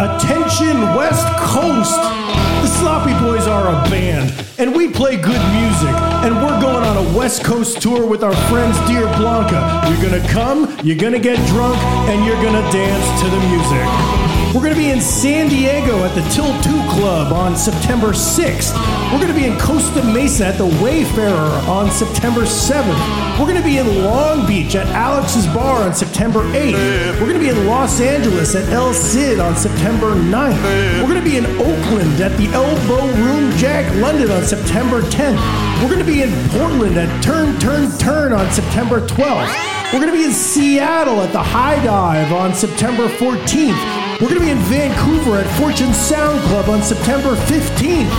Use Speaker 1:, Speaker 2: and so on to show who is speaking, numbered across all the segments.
Speaker 1: Nation West Coast. The Sloppy Boys are a band, and we play good music. And we're going on a West Coast tour with our friends Dear Blanca. You're gonna come, you're gonna get drunk, and you're gonna dance to the music. We're gonna be in San Diego at the Till 2 Club on September 6th. We're gonna be in Costa Mesa at the Wayfarer on September 7th. We're gonna be in Long Beach at Alex's Bar on September 8th. We're gonna be in Los Angeles at El Cid on September 9th. We're gonna be in Oakland at the Elbow Room Jack London on September 10th. We're gonna be in Portland at Turn Turn Turn on September 12th. We're gonna be in Seattle at the High Dive on September 14th. We're gonna be in Vancouver at Fortune Sound Club on September 15th.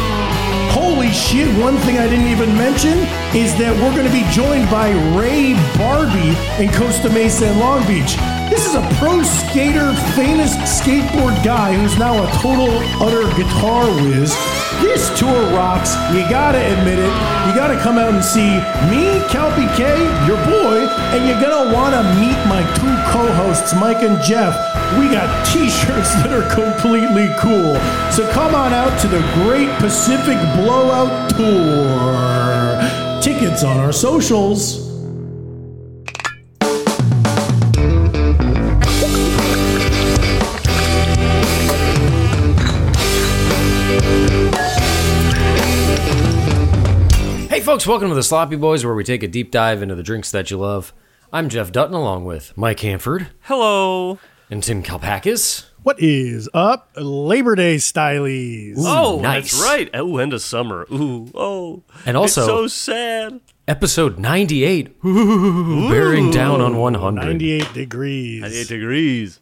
Speaker 1: Holy shit, one thing I didn't even mention is that we're going to be joined by Ray Barbie in Costa Mesa and Long Beach. This is a pro skater, famous skateboard guy who's now a total, utter guitar whiz. This tour rocks. You gotta admit it. You gotta come out and see me, Calpy K, your boy, and you're gonna wanna meet my two co-hosts, Mike and Jeff. We got t-shirts that are completely cool. So come on out to the Great Pacific Blowout Tour. Tickets on our socials.
Speaker 2: Hey, folks, welcome to the Sloppy Boys, where we take a deep dive into the drinks that you love. I'm Jeff Dutton, along with Mike Hanford
Speaker 3: Hello.
Speaker 2: and Tim Kalpakis.
Speaker 1: What is up, Labor Day stylies?
Speaker 3: oh,
Speaker 2: nice.
Speaker 3: that's right. Oh, end of summer. Ooh, oh.
Speaker 2: And
Speaker 3: It's
Speaker 2: also-
Speaker 3: so sad.
Speaker 2: Episode 98, bearing down on 100.
Speaker 1: 98 degrees.
Speaker 3: 98 degrees.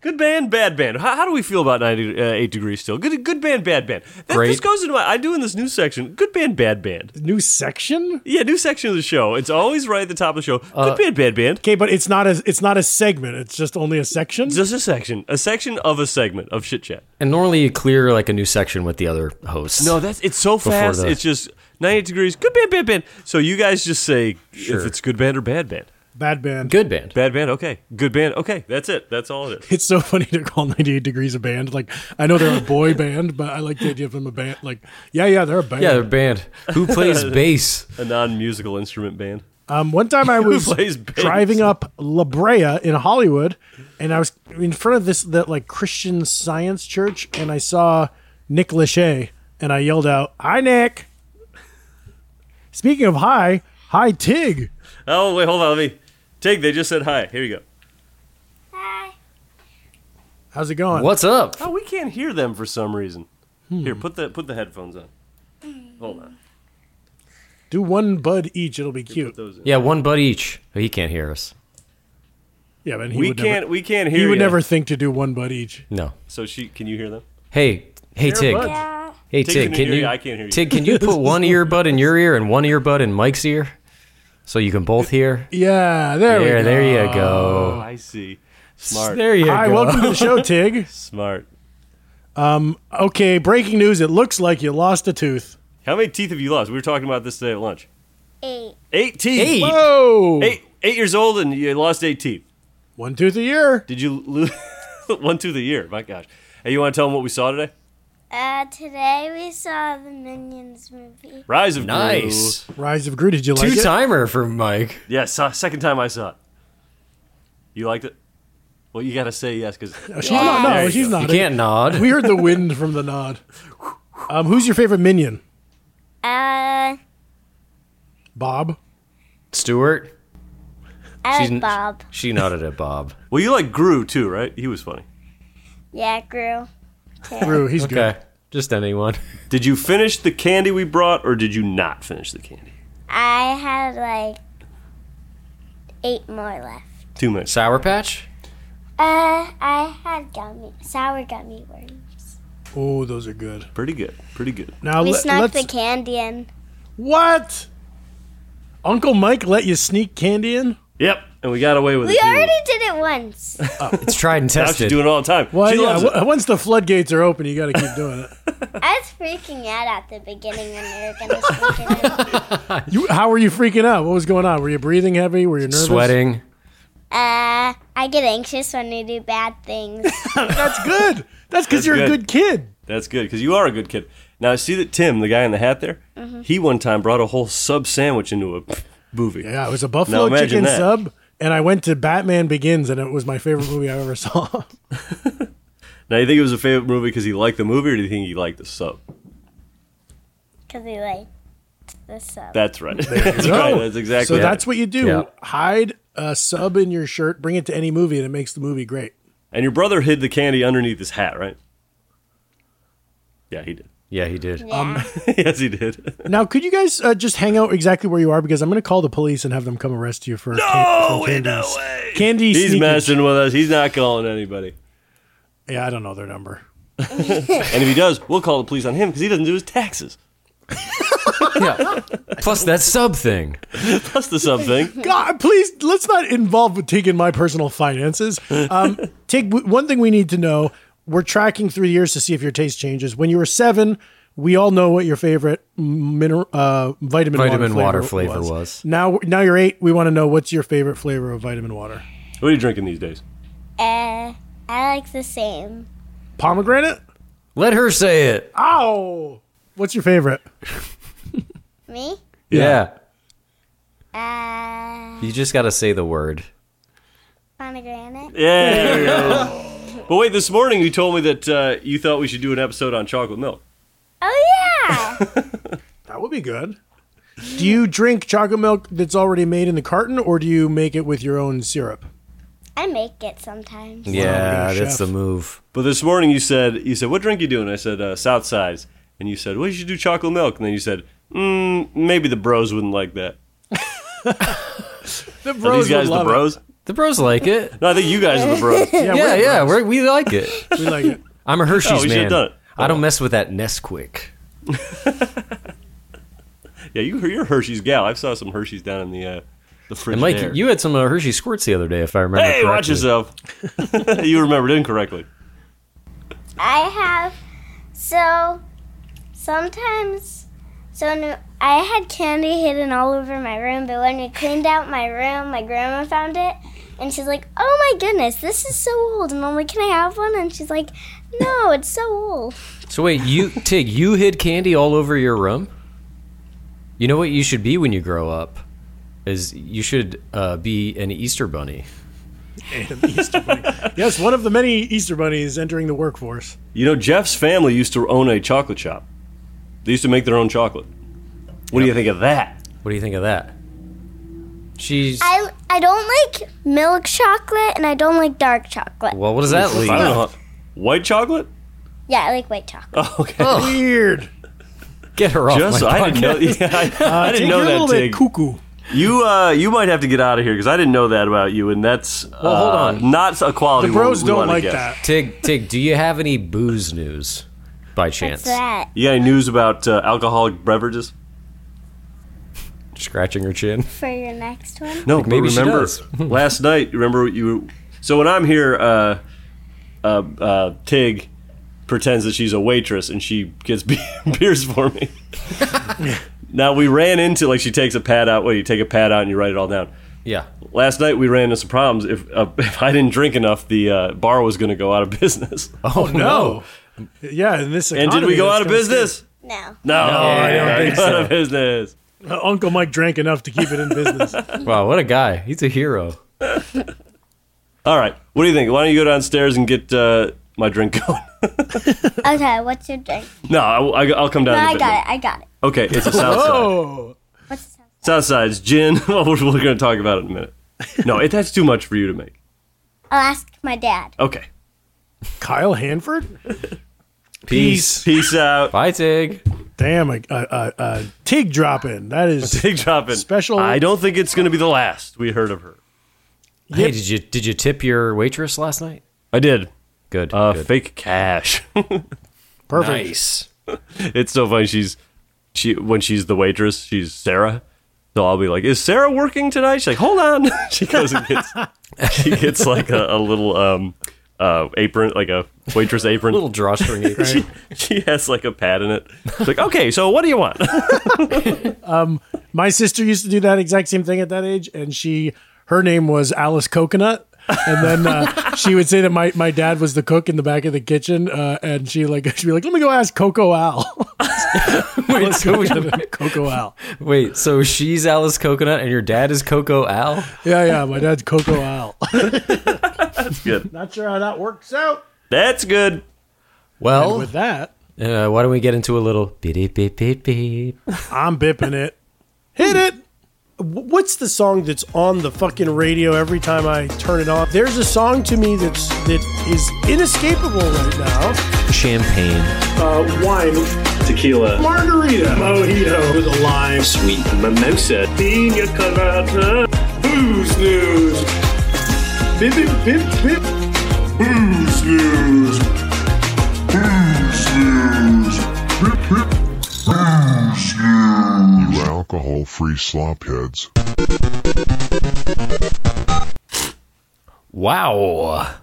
Speaker 3: Good band, bad band. How, how do we feel about 98 degrees still? Good good band, bad band. That,
Speaker 2: Great.
Speaker 3: This goes into my, I do in this new section. Good band, bad band.
Speaker 1: New section?
Speaker 3: Yeah, new section of the show. It's always right at the top of the show. Good
Speaker 2: Uh,
Speaker 3: band, bad band.
Speaker 1: Okay, but it's not a it's not a segment. It's just only a section.
Speaker 3: Just a section. A section of a segment of shit chat.
Speaker 2: And normally you clear like a new section with the other hosts.
Speaker 3: No, that's it's so fast.
Speaker 2: the-
Speaker 3: It's just 98 degrees. Good band, bad band. So you guys just say if it's good band or bad band.
Speaker 1: Bad band.
Speaker 2: Good band.
Speaker 3: Bad band, okay. Good band, okay. That's it. That's all it is.
Speaker 1: It's so funny to call 98 Degrees a band. Like, I know they're a boy band, but I like the idea of them a band. Like, yeah, yeah, they're a band.
Speaker 2: Yeah, their band. Who plays bass?
Speaker 3: A non-musical instrument band.
Speaker 1: Um, one time I was
Speaker 3: plays bass?
Speaker 1: driving up La Brea in Hollywood, and I was in front of this that like Christian Science Church, and I saw Nick Lachey, and I yelled out, "Hi, Nick!" Speaking of hi, hi Tig.
Speaker 3: Oh wait, hold on. Let me Tig. They just said hi. Here you go.
Speaker 1: How's it going?
Speaker 2: What's up?
Speaker 3: Oh, we can't hear them for some reason. Here, put the put the headphones on. Hold on.
Speaker 1: Do one bud each; it'll be cute.
Speaker 3: Those in.
Speaker 2: Yeah, one bud each. Oh, he can't hear us.
Speaker 1: Yeah, but he
Speaker 3: We
Speaker 1: would
Speaker 3: can't.
Speaker 1: Never,
Speaker 3: we can't hear.
Speaker 1: he would
Speaker 3: ya.
Speaker 1: never think to do one bud each.
Speaker 2: No.
Speaker 3: So she. Can you hear them?
Speaker 2: Hey, hey, Tig. Hey, Tig,
Speaker 3: Tig can
Speaker 2: can
Speaker 3: hear
Speaker 2: you,
Speaker 3: you. I can't hear you.
Speaker 2: Tig, can you put one earbud in your ear and one earbud in Mike's ear? So you can both hear?
Speaker 1: Yeah, there we
Speaker 2: There,
Speaker 1: go.
Speaker 2: there you go.
Speaker 3: Oh, I see. Smart.
Speaker 2: There you
Speaker 1: Hi,
Speaker 2: go.
Speaker 1: welcome to the show, Tig.
Speaker 3: Smart.
Speaker 1: Okay, breaking news. It looks like you lost a tooth.
Speaker 3: How many teeth have you lost? We were talking about this today at lunch.
Speaker 4: Eight.
Speaker 3: Eight teeth.
Speaker 2: Eight?
Speaker 3: Whoa.
Speaker 1: Oh,
Speaker 3: Eight. Eight years old and you lost eight teeth.
Speaker 1: one tooth a year.
Speaker 3: Did you lose one tooth a year? My gosh. Hey, you want to tell them what we saw today?
Speaker 4: Uh, today we saw the Minions movie.
Speaker 3: Rise of Gru.
Speaker 2: Nice.
Speaker 1: Rise of Gru. Did you like
Speaker 2: Two
Speaker 1: it?
Speaker 2: timer for Mike.
Speaker 3: Yeah, so, second time I saw it. You liked it? Well, you gotta say yes because
Speaker 1: She's not.
Speaker 3: There
Speaker 1: No,
Speaker 3: you
Speaker 1: she's
Speaker 3: go.
Speaker 2: You
Speaker 1: not.
Speaker 2: can't nod.
Speaker 1: We heard the wind from the nod. Um, who's your favorite minion?
Speaker 4: Uh,
Speaker 1: Bob.
Speaker 2: Stuart,
Speaker 4: I
Speaker 2: She's
Speaker 4: like
Speaker 2: n-
Speaker 4: Bob.
Speaker 2: she nodded at Bob.
Speaker 3: well, you like Gru too, right? He was funny.
Speaker 4: Yeah, Gru.
Speaker 1: Gru. He's
Speaker 2: Okay. Just anyone.
Speaker 3: Did you finish the candy we brought, or did you not finish the candy?
Speaker 4: I had like eight more left.
Speaker 3: Too much.
Speaker 2: Sour Patch?
Speaker 4: Uh, I had gummy, sour gummy worms.
Speaker 1: good. Oh, those are good.
Speaker 3: Pretty good. Pretty good.
Speaker 1: Now
Speaker 4: We
Speaker 1: let,
Speaker 4: snuck
Speaker 1: let's.
Speaker 4: the candy in.
Speaker 1: what? Uncle Mike let you sneak candy in?
Speaker 3: Yep. And we got away with
Speaker 4: We
Speaker 3: it. too.
Speaker 4: already did it once.
Speaker 2: It's tried and
Speaker 3: Now she's
Speaker 2: tested.
Speaker 3: doing it all the time.
Speaker 1: Well, uh,
Speaker 3: she
Speaker 1: yeah.
Speaker 3: loves it.
Speaker 1: w- once the floodgates are open, you got to keep doing it.
Speaker 4: I was freaking out at the beginning when we were gonna sneak it in.
Speaker 1: You, how were you freaking out? What was going on? Were you breathing heavy? Were you nervous?
Speaker 2: Sweating.
Speaker 4: Uh, I get anxious when I do bad things.
Speaker 1: That's good. That's because
Speaker 3: That's
Speaker 1: you're a
Speaker 3: good.
Speaker 1: good kid.
Speaker 3: That's good because you are a good kid. Now I see that Tim, the guy in the hat there,
Speaker 4: Uh-huh.
Speaker 3: he one time brought a whole sub sandwich into a movie.
Speaker 1: Yeah, it was a buffalo
Speaker 3: imagine
Speaker 1: chicken
Speaker 3: that.
Speaker 1: sub, and I went to Batman Begins, and it was my favorite movie I ever saw.
Speaker 3: Now you think it was a favorite movie because he liked the movie, or do you think he liked the sub?
Speaker 4: Because he liked the sub.
Speaker 3: That's right. that's right.
Speaker 1: No.
Speaker 3: That's exactly.
Speaker 1: So
Speaker 3: it.
Speaker 1: that's what you do.
Speaker 2: Yeah.
Speaker 1: Hide a sub in your shirt, bring it to any movie, and it makes the movie great.
Speaker 3: And your brother hid the candy underneath his hat, right? Yeah, he did.
Speaker 2: Yeah, he did.
Speaker 4: yeah.
Speaker 3: yes, he did.
Speaker 1: Now, could you guys uh, just hang out exactly where you are because I'm going to call the police and have them come arrest you for no
Speaker 3: Oh,
Speaker 1: Oh,
Speaker 3: in no
Speaker 1: way. Candy
Speaker 3: He's
Speaker 1: sneakage.
Speaker 3: messing with us. He's not calling anybody.
Speaker 1: Yeah, I don't know their number.
Speaker 3: And if he does, we'll call the police on him because he doesn't do his taxes.
Speaker 2: Yeah. Plus that sub thing.
Speaker 3: That's the sub thing.
Speaker 1: God, please let's not involve Tig in my personal finances. Um, Tig, w- one thing we need to know: we're tracking through the years to see if your taste changes. When you were seven, we all know what your favorite mineral, uh, vitamin
Speaker 2: Vitamin
Speaker 1: water,
Speaker 2: water flavor
Speaker 1: was.
Speaker 2: was.
Speaker 1: Now, now you're eight. We want to know what's your favorite flavor of vitamin water?
Speaker 3: What are you drinking these days?
Speaker 4: Uh, I like the same.
Speaker 1: Pomegranate.
Speaker 2: Let her say it.
Speaker 3: Ah,
Speaker 1: Ow! What's your favorite?
Speaker 4: Me?
Speaker 2: Yeah.
Speaker 4: Uh,
Speaker 2: You just got to say the word.
Speaker 4: pomegranate?
Speaker 3: Yeah. there we go. but wait, this morning you told me that uh, you thought we should do an episode on chocolate milk.
Speaker 4: Oh, yeah!
Speaker 1: That would be good. Do you drink chocolate milk that's already made in the carton, or do you make it with your own syrup?
Speaker 4: I make it sometimes.
Speaker 2: Yeah,
Speaker 1: good chef.
Speaker 2: that's the move.
Speaker 3: But this morning you said you said what drink you doing? I said uh, South Sides, and you said well you should do chocolate milk, and then you said mm, maybe the bros wouldn't like that.
Speaker 1: The
Speaker 3: Are
Speaker 1: bros
Speaker 3: these
Speaker 1: would
Speaker 3: guys the
Speaker 1: love it.
Speaker 3: bros?
Speaker 2: The bros like it.
Speaker 3: No, I think you guys are the bros.
Speaker 1: Yeah,
Speaker 2: Yeah,
Speaker 1: we're-
Speaker 2: yeah, we're, we like it.
Speaker 1: we like it.
Speaker 2: I'm a
Speaker 3: Oh,
Speaker 2: Hershey's
Speaker 3: we should've
Speaker 2: man.
Speaker 3: done it.
Speaker 2: I don't mess with that Nesquik.
Speaker 3: yeah, you, you're a Hershey's gal. I saw some Hershey's down in the uh, the fridge.
Speaker 2: And Mike,
Speaker 3: there.
Speaker 2: you had some uh, Hershey squirts the other day, if I remember.
Speaker 3: hey, watch
Speaker 2: correctly.
Speaker 3: yourself. you remembered incorrectly.
Speaker 4: I have so sometimes so n I I had candy hidden all over my room, but when we cleaned out my room, my grandma found it and she's like, "Oh my goodness, this is so old." And I'm like, "Can I have one?" And she's like, "No, it's so old."
Speaker 2: So wait, you Tig, you hid candy all over your room. You know what you should be when you grow up is you should uh, be an Easter bunny.
Speaker 1: Yes, one of the many Easter bunnies entering the workforce.
Speaker 3: You know, Jeff's family used to own a chocolate shop. They used to make their own chocolate. What do you think of that?
Speaker 2: What do you think of that? She's
Speaker 4: I I don't like milk chocolate and I don't like dark chocolate.
Speaker 2: well. What does that
Speaker 3: I don't
Speaker 2: leave?
Speaker 3: know. how- White chocolate?
Speaker 4: Yeah, I like white chocolate.
Speaker 3: Oh, okay.
Speaker 1: Weird.
Speaker 2: Get her off
Speaker 3: Just
Speaker 2: my Uh,
Speaker 3: I
Speaker 2: podcast.
Speaker 3: didn't know. Yeah, I, I didn't know
Speaker 1: You're a
Speaker 3: that.
Speaker 1: little bit
Speaker 3: Tig.
Speaker 1: cuckoo.
Speaker 3: You uh, you might have to get out of here because I didn't know that about you, and that's well,
Speaker 2: hold on.
Speaker 3: Not a quality.
Speaker 1: The bros
Speaker 3: we- we
Speaker 1: don't
Speaker 3: wanna
Speaker 1: like
Speaker 3: get.
Speaker 1: that.
Speaker 2: Tig, Tig, do you have any booze news by chance?
Speaker 4: What's that?
Speaker 3: You got any news about uh, alcoholic beverages?
Speaker 2: Scratching her chin.
Speaker 4: For your next one?
Speaker 3: No,
Speaker 2: maybe she
Speaker 3: remember
Speaker 2: does.
Speaker 3: last night. Remember you. So when I'm here, uh, uh, uh, Tig pretends that she's a waitress and she gets be- beers for me. now we ran into like she takes a pad out. Well, you take a pad out and you write it all down.
Speaker 2: Yeah.
Speaker 3: Last night we ran into some problems. If uh, if I didn't drink enough, the uh, bar was going to go out of business.
Speaker 2: Oh,
Speaker 1: Yeah, in this
Speaker 3: and did we go out of business?
Speaker 4: No.
Speaker 3: No,
Speaker 2: I don't
Speaker 3: yeah,
Speaker 2: think
Speaker 3: go out
Speaker 2: so.
Speaker 3: of business.
Speaker 1: Uh, Uncle Mike drank enough to keep it in business.
Speaker 2: Wow, what a guy. He's a hero.
Speaker 3: All right, what do you think? Why don't you go downstairs and get uh, my drink going?
Speaker 4: Okay, what's your drink?
Speaker 3: no, I, will come down.
Speaker 4: No,
Speaker 3: in a
Speaker 4: I
Speaker 3: bit.
Speaker 4: got it. I got it.
Speaker 3: Okay, it's a South Side.
Speaker 1: oh,
Speaker 4: What's the sound?
Speaker 3: South Side's gin. Well, we're we're going to talk about it in a minute. No, it, that's too much for you to make.
Speaker 4: I'll ask my dad.
Speaker 3: Okay,
Speaker 1: Kyle Hanford.
Speaker 2: Peace.
Speaker 3: peace out.
Speaker 2: Bye, Tig.
Speaker 1: Damn, a, a, a, a tig drop in. That is.
Speaker 3: Big dropping.
Speaker 1: Special-
Speaker 3: I don't think it's going to be the last we heard of her.
Speaker 2: Hey, did you did you tip your waitress last night?
Speaker 3: I did.
Speaker 2: Good.
Speaker 3: Uh,
Speaker 2: good.
Speaker 3: fake cash.
Speaker 1: Perfect.
Speaker 2: Nice.
Speaker 3: it's so funny. She's she when she's the waitress, she's Sarah. So I'll be like, "Is Sarah working tonight?" She's like, "Hold on." she goes and gets she gets like a, a little um uh apron, like a waitress apron.
Speaker 2: Little drawstring apron.
Speaker 3: she, she has like a pad in it. It's like, "Okay, so what do you want?"
Speaker 1: My sister used to do that exact same thing at that age, and she her name was Alice Coconut. and then uh, she would say that my, my dad was the cook in the back of the kitchen, uh, and she like she'd be like, "Let me go ask Coco Al."
Speaker 2: Wait, so we-
Speaker 1: Coco Al.
Speaker 2: wait, so she's Alice Coconut and your dad is Coco Al?
Speaker 1: Yeah, yeah. My dad's Coco Al.
Speaker 3: Good.
Speaker 1: Not sure how that works out.
Speaker 3: That's good.
Speaker 2: Well,
Speaker 1: With that,
Speaker 2: uh, why don't we get into a little beep beep beep beep?
Speaker 1: I'm bipping it. Hit it. What's the song that's on the fucking radio every time I turn it on? There's a song to me that's that is inescapable right now.
Speaker 2: Champagne.
Speaker 5: Uh, wine, tequila,
Speaker 1: Margarita.
Speaker 5: mojito with a lime, sweet mimosa, pina colada, booze news, bip bip bip bip, booze news, booze news, bip bip, booze news.
Speaker 6: You alcohol free slop heads.
Speaker 2: Wow.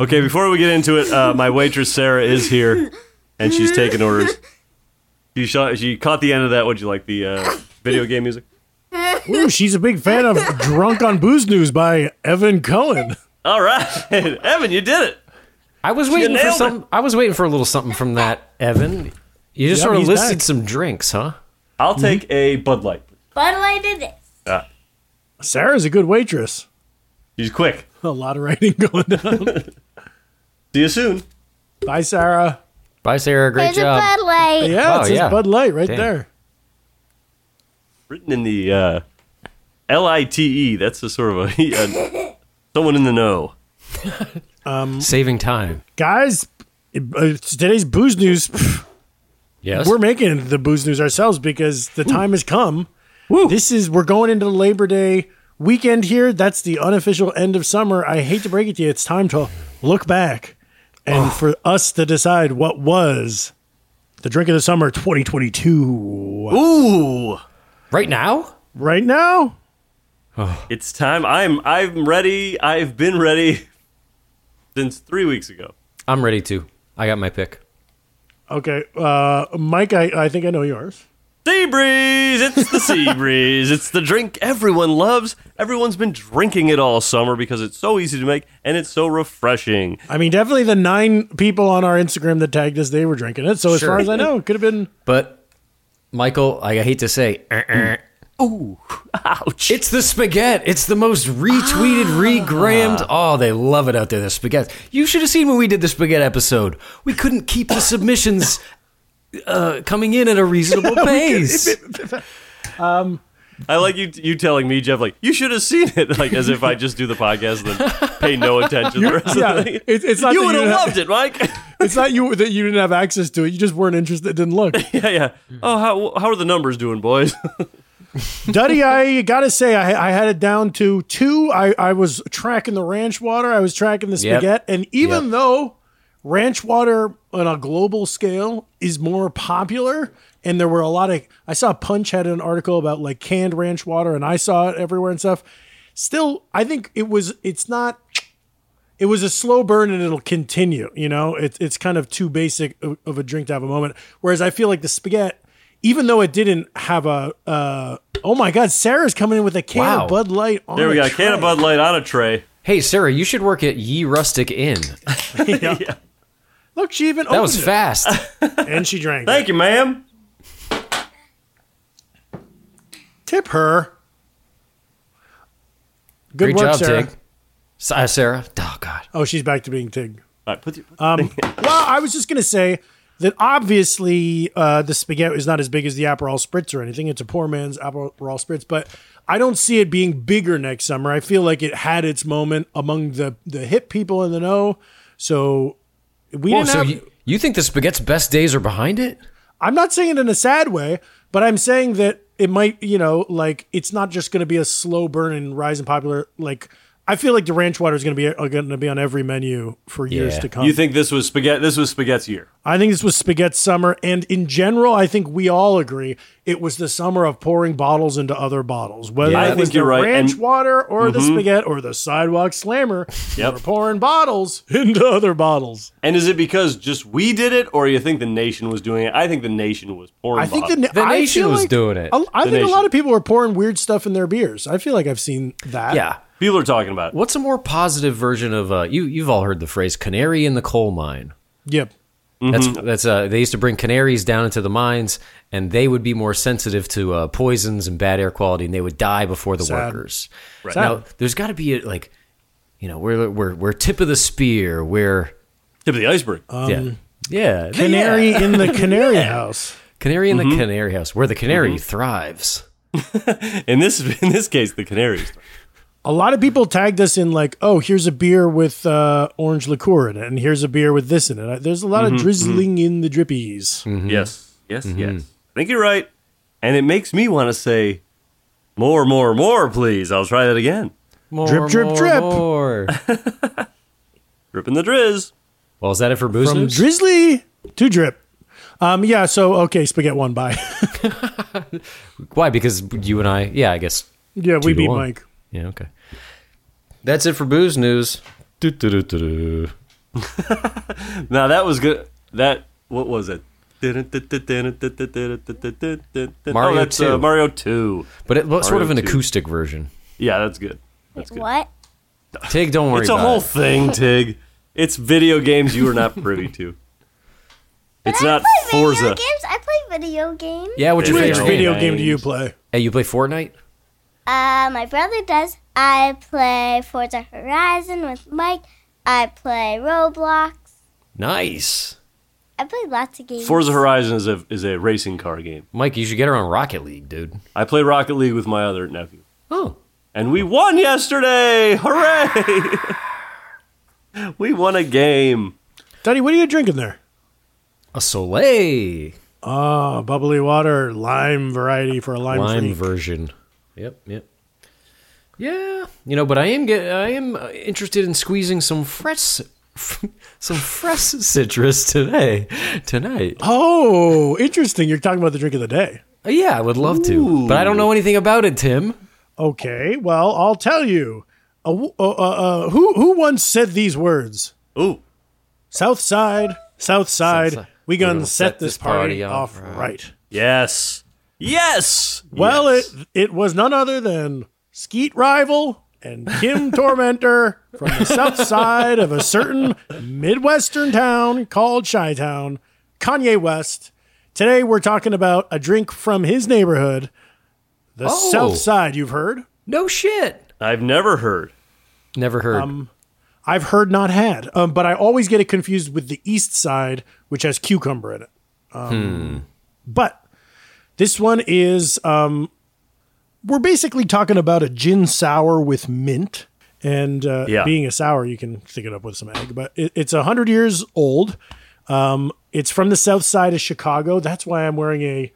Speaker 3: Okay, before we get into it, uh, my waitress Sarah is here, and she's taking orders. She shot. She caught the end of that. Would you like the uh, video game music?
Speaker 1: Ooh, she's a big fan of Drunk on Booze News by Evan Cohen.
Speaker 3: All right, Evan, you did it.
Speaker 2: I was waiting for
Speaker 3: nailed it.
Speaker 2: some. I was waiting for a little something from that, Evan. You
Speaker 1: Yep,
Speaker 2: just sort of
Speaker 1: he's
Speaker 2: listed
Speaker 1: back.
Speaker 2: some drinks, huh?
Speaker 3: I'll take
Speaker 5: Mm-hmm.
Speaker 3: a Bud Light.
Speaker 4: Bud Light did this.
Speaker 1: Sarah's a good waitress.
Speaker 3: She's quick.
Speaker 1: A lot of writing going on.
Speaker 3: See you soon.
Speaker 1: Bye, Sarah.
Speaker 2: Bye, Sarah. Great
Speaker 4: There's
Speaker 2: job.
Speaker 4: a Bud Light.
Speaker 1: Yeah,
Speaker 2: Oh,
Speaker 1: it says
Speaker 2: yeah.
Speaker 1: Bud Light right
Speaker 2: Damn.
Speaker 1: there.
Speaker 3: Written in the uh, L I T E. That's a sort of a, a- someone in the know.
Speaker 2: Saving time.
Speaker 1: Guys, uh, today's Booze News, pff,
Speaker 2: Yes.
Speaker 1: we're making the Booze News ourselves because the time has come. This is, we're going into Labor Day weekend here. That's the unofficial end of summer. I hate to break it to you. It's time to look back and for us to decide what was the drink of the summer 2022.
Speaker 3: Ooh,
Speaker 2: right now?
Speaker 1: Right now?
Speaker 3: it's time. I'm I'm ready. I've been ready since three weeks ago.
Speaker 2: I'm ready to. I got my pick.
Speaker 1: Okay, uh, Mike, I, I think I know yours.
Speaker 3: Sea breeze, it's the sea breeze. It's the drink everyone loves. Everyone's been drinking it all summer because it's so easy to make and it's so refreshing.
Speaker 1: I mean, definitely the nine people on our Instagram that tagged us, they were drinking it. So as
Speaker 2: Sure.
Speaker 1: far as I know, it could have been.
Speaker 2: But Michael, I hate to say, uh-uh.
Speaker 3: Ouch.
Speaker 2: it's the spaghetti. It's the most retweeted,
Speaker 1: Ah.
Speaker 2: regrammed. Oh, they love it out there. The spaghetti. You should have seen when we did the spaghetti episode. We couldn't keep the submissions uh, coming in at a reasonable pace.
Speaker 3: I like you you telling me, Jeff, like, you should have seen it, like as if I just do the podcast and then pay no attention to the rest
Speaker 1: Yeah,
Speaker 3: of the thing.
Speaker 1: it's- it's not that
Speaker 3: you
Speaker 1: you
Speaker 3: would have
Speaker 1: didn't have-
Speaker 3: loved it, Mike.
Speaker 1: It's not you that you didn't have access to it. You just weren't interested. Didn't look.
Speaker 3: yeah, yeah.
Speaker 1: Hmm.
Speaker 3: Oh, how how are the numbers doing, boys?
Speaker 1: Duddy, I gotta say, I, I had it down to two. I, I was tracking the ranch water. I was tracking the
Speaker 2: Yep.
Speaker 1: spaghetti, and even
Speaker 2: Yep.
Speaker 1: though ranch water on a global scale is more popular, and there were a lot of, I saw Punch had an article about like canned ranch water, and I saw it everywhere and stuff. Still, I think it was. It's not. It was a slow burn, and it'll continue. You know, it's it's kind of too basic of, of a drink to have a moment. Whereas I feel like the spaghetti. Even though it didn't have a, uh, oh my God, Sarah's coming in with a can
Speaker 2: Wow.
Speaker 1: of Bud Light on
Speaker 3: there we
Speaker 1: a
Speaker 3: got a can
Speaker 1: tray.
Speaker 3: of Bud Light on a tray.
Speaker 2: hey, Sarah, you should work at Ye Rustic Inn.
Speaker 1: Look, she even
Speaker 2: That
Speaker 1: opened
Speaker 2: was
Speaker 1: it.
Speaker 2: fast.
Speaker 1: and she drank. it.
Speaker 3: Thank you, ma'am.
Speaker 1: Tip her. Good
Speaker 2: Great
Speaker 1: work,
Speaker 2: job,
Speaker 1: Sarah.
Speaker 2: Tig. S- uh, Sarah. Oh God.
Speaker 1: Oh, she's back to being Tig.
Speaker 3: All right, put your,
Speaker 1: Um, well, I was just gonna say that obviously uh, the spaghetti is not as big as the Aperol Spritz or anything. It's a poor man's Aperol Spritz, but I don't see it being bigger next summer. I feel like it had its moment among the the hip people in the know. So we
Speaker 2: Whoa,
Speaker 1: didn't
Speaker 2: Oh, so
Speaker 1: have.
Speaker 2: you, you think the spaghetti's best days are behind it?
Speaker 1: I'm not saying it in a sad way, but I'm saying that it might, you know, like it's not just going to be a slow burn and rise in popular. Like I feel like the ranch water is going to be are going to be on every menu for years
Speaker 2: Yeah.
Speaker 1: to come.
Speaker 3: you think this was spaghetti this was spaghetti's year.
Speaker 1: I think this was spaghetti summer, and in general, I think we all agree it was the summer of pouring bottles into other bottles. Whether
Speaker 2: Yeah. I
Speaker 1: it
Speaker 2: think
Speaker 1: was the
Speaker 3: you're right,
Speaker 1: ranch
Speaker 3: and-
Speaker 1: water or the
Speaker 2: Mm-hmm.
Speaker 1: spaghetti or the sidewalk slammer, they
Speaker 3: Yep.
Speaker 1: were pouring bottles into other bottles.
Speaker 3: And is it because just we did it, or you think the nation was doing it? I think the nation was pouring.
Speaker 1: I think
Speaker 3: bottles.
Speaker 1: the, na-
Speaker 2: The
Speaker 1: I
Speaker 2: nation
Speaker 1: feel
Speaker 2: was
Speaker 1: like-
Speaker 2: doing it.
Speaker 1: I, I
Speaker 3: The
Speaker 1: think a
Speaker 3: nation.
Speaker 1: lot of people were pouring weird stuff in their beers. I feel like I've seen that.
Speaker 2: Yeah.
Speaker 3: People are talking about it.
Speaker 2: What's a more positive version of uh, you? You've all heard the phrase "canary in the coal mine."
Speaker 1: Yep.
Speaker 2: That's that's uh, they used to bring canaries down into the mines, and they would be more sensitive to uh, poisons and bad air quality, and they would die before the
Speaker 1: Sad.
Speaker 2: workers. Right. Now, there's got to be a, like, you know, we're we're we're tip of the spear. We're
Speaker 3: Tip of the iceberg.
Speaker 1: Uh,
Speaker 2: yeah, yeah,
Speaker 1: Canary
Speaker 2: yeah.
Speaker 1: in the canary house.
Speaker 2: canary in the canary house, where the canary thrives.
Speaker 3: in this in this case, the canaries.
Speaker 1: A lot of people tagged us in like, oh, here's a beer with uh, orange liqueur in it, and here's a beer with this in it. There's a lot
Speaker 2: Mm-hmm,
Speaker 1: of drizzling in the drippies.
Speaker 3: Yes, yes,
Speaker 1: Mm-hmm.
Speaker 3: yes. I think you're right, and it makes me want to say more, more, more, please. I'll try that again.
Speaker 2: More,
Speaker 1: Drip, drip,
Speaker 2: more,
Speaker 1: drip.
Speaker 2: more.
Speaker 3: Ripping the drizz.
Speaker 2: well, is that it for booze
Speaker 1: From
Speaker 2: news?
Speaker 1: drizzly to drip. Um, yeah. So okay, spaghetti one bye.
Speaker 2: Why? Because you and I, yeah, I guess.
Speaker 1: yeah,
Speaker 2: Two
Speaker 1: we
Speaker 2: to
Speaker 1: beat
Speaker 2: one.
Speaker 1: Mike.
Speaker 2: Yeah, okay. That's it for booze news. Du-du-du-du-du.
Speaker 3: Now that was good. That what was it? Oh, Mario that's, uh,
Speaker 2: 2.
Speaker 3: Mario Two.
Speaker 2: But it, sort of an
Speaker 3: Mario two.
Speaker 2: acoustic version.
Speaker 3: Yeah, that's good. That's good.
Speaker 4: What?
Speaker 2: Tig, don't worry
Speaker 3: It's a
Speaker 2: about
Speaker 3: whole
Speaker 2: it.
Speaker 3: thing, Tig. It's video games you are not privy to. It's
Speaker 4: I
Speaker 3: not
Speaker 4: play video
Speaker 3: Forza.
Speaker 4: games. I play video games.
Speaker 2: Yeah, what's your
Speaker 1: Which
Speaker 3: Video
Speaker 2: favorite
Speaker 1: video
Speaker 2: game?
Speaker 1: game do you play?
Speaker 2: Hey, you play Fortnite?
Speaker 4: Uh, my brother does. I play Forza Horizon with Mike. I play Roblox.
Speaker 2: Nice.
Speaker 4: I play lots of games.
Speaker 3: Forza Horizon is a is a racing car game.
Speaker 2: Mike, you should get her on Rocket League, dude.
Speaker 3: I play Rocket League with my other nephew.
Speaker 2: Oh.
Speaker 3: And we won yesterday! Hooray! we won a game.
Speaker 1: Daddy, what are you drinking there?
Speaker 2: A Soleil
Speaker 1: Oh, bubbly water, lime variety for a lime,
Speaker 2: lime
Speaker 1: freak.
Speaker 2: version. Yep, yep. Yeah, you know, but I am get I am uh, interested in squeezing some fresh some fresh citrus today tonight.
Speaker 1: oh, interesting. You're talking about the drink of the day.
Speaker 2: Uh, Yeah, I would love to, but I don't know anything about it, Tim.
Speaker 1: Okay, well, I'll tell you. A w- uh, uh, uh, who who once said these words?
Speaker 3: Ooh.
Speaker 1: South side, south side,
Speaker 2: South side.
Speaker 1: we
Speaker 2: We
Speaker 1: gonna
Speaker 2: gonna
Speaker 1: set,
Speaker 2: set
Speaker 1: this
Speaker 2: this
Speaker 1: party,
Speaker 2: party
Speaker 1: off
Speaker 2: off
Speaker 1: right.
Speaker 3: Yes. Yes!
Speaker 1: Well, it it was none other than Skeet Rival and Kim Tormentor from the south side of a certain Midwestern town called Chi Town, Kanye West. Today we're talking about a drink from his neighborhood, the
Speaker 2: Oh.
Speaker 1: south side, you've heard.
Speaker 2: No shit.
Speaker 3: I've never heard.
Speaker 2: Never heard.
Speaker 3: Um,
Speaker 1: I've heard not had, um, but I always get it confused with the East Side, which has cucumber in it. Um, But this one is um, we're basically talking about a gin sour with mint, and uh,
Speaker 3: Yeah.
Speaker 1: being a sour, you can thicken it up with some egg. But it, it's hundred years old. Um, it's from the South Side of Chicago. That's why I'm wearing a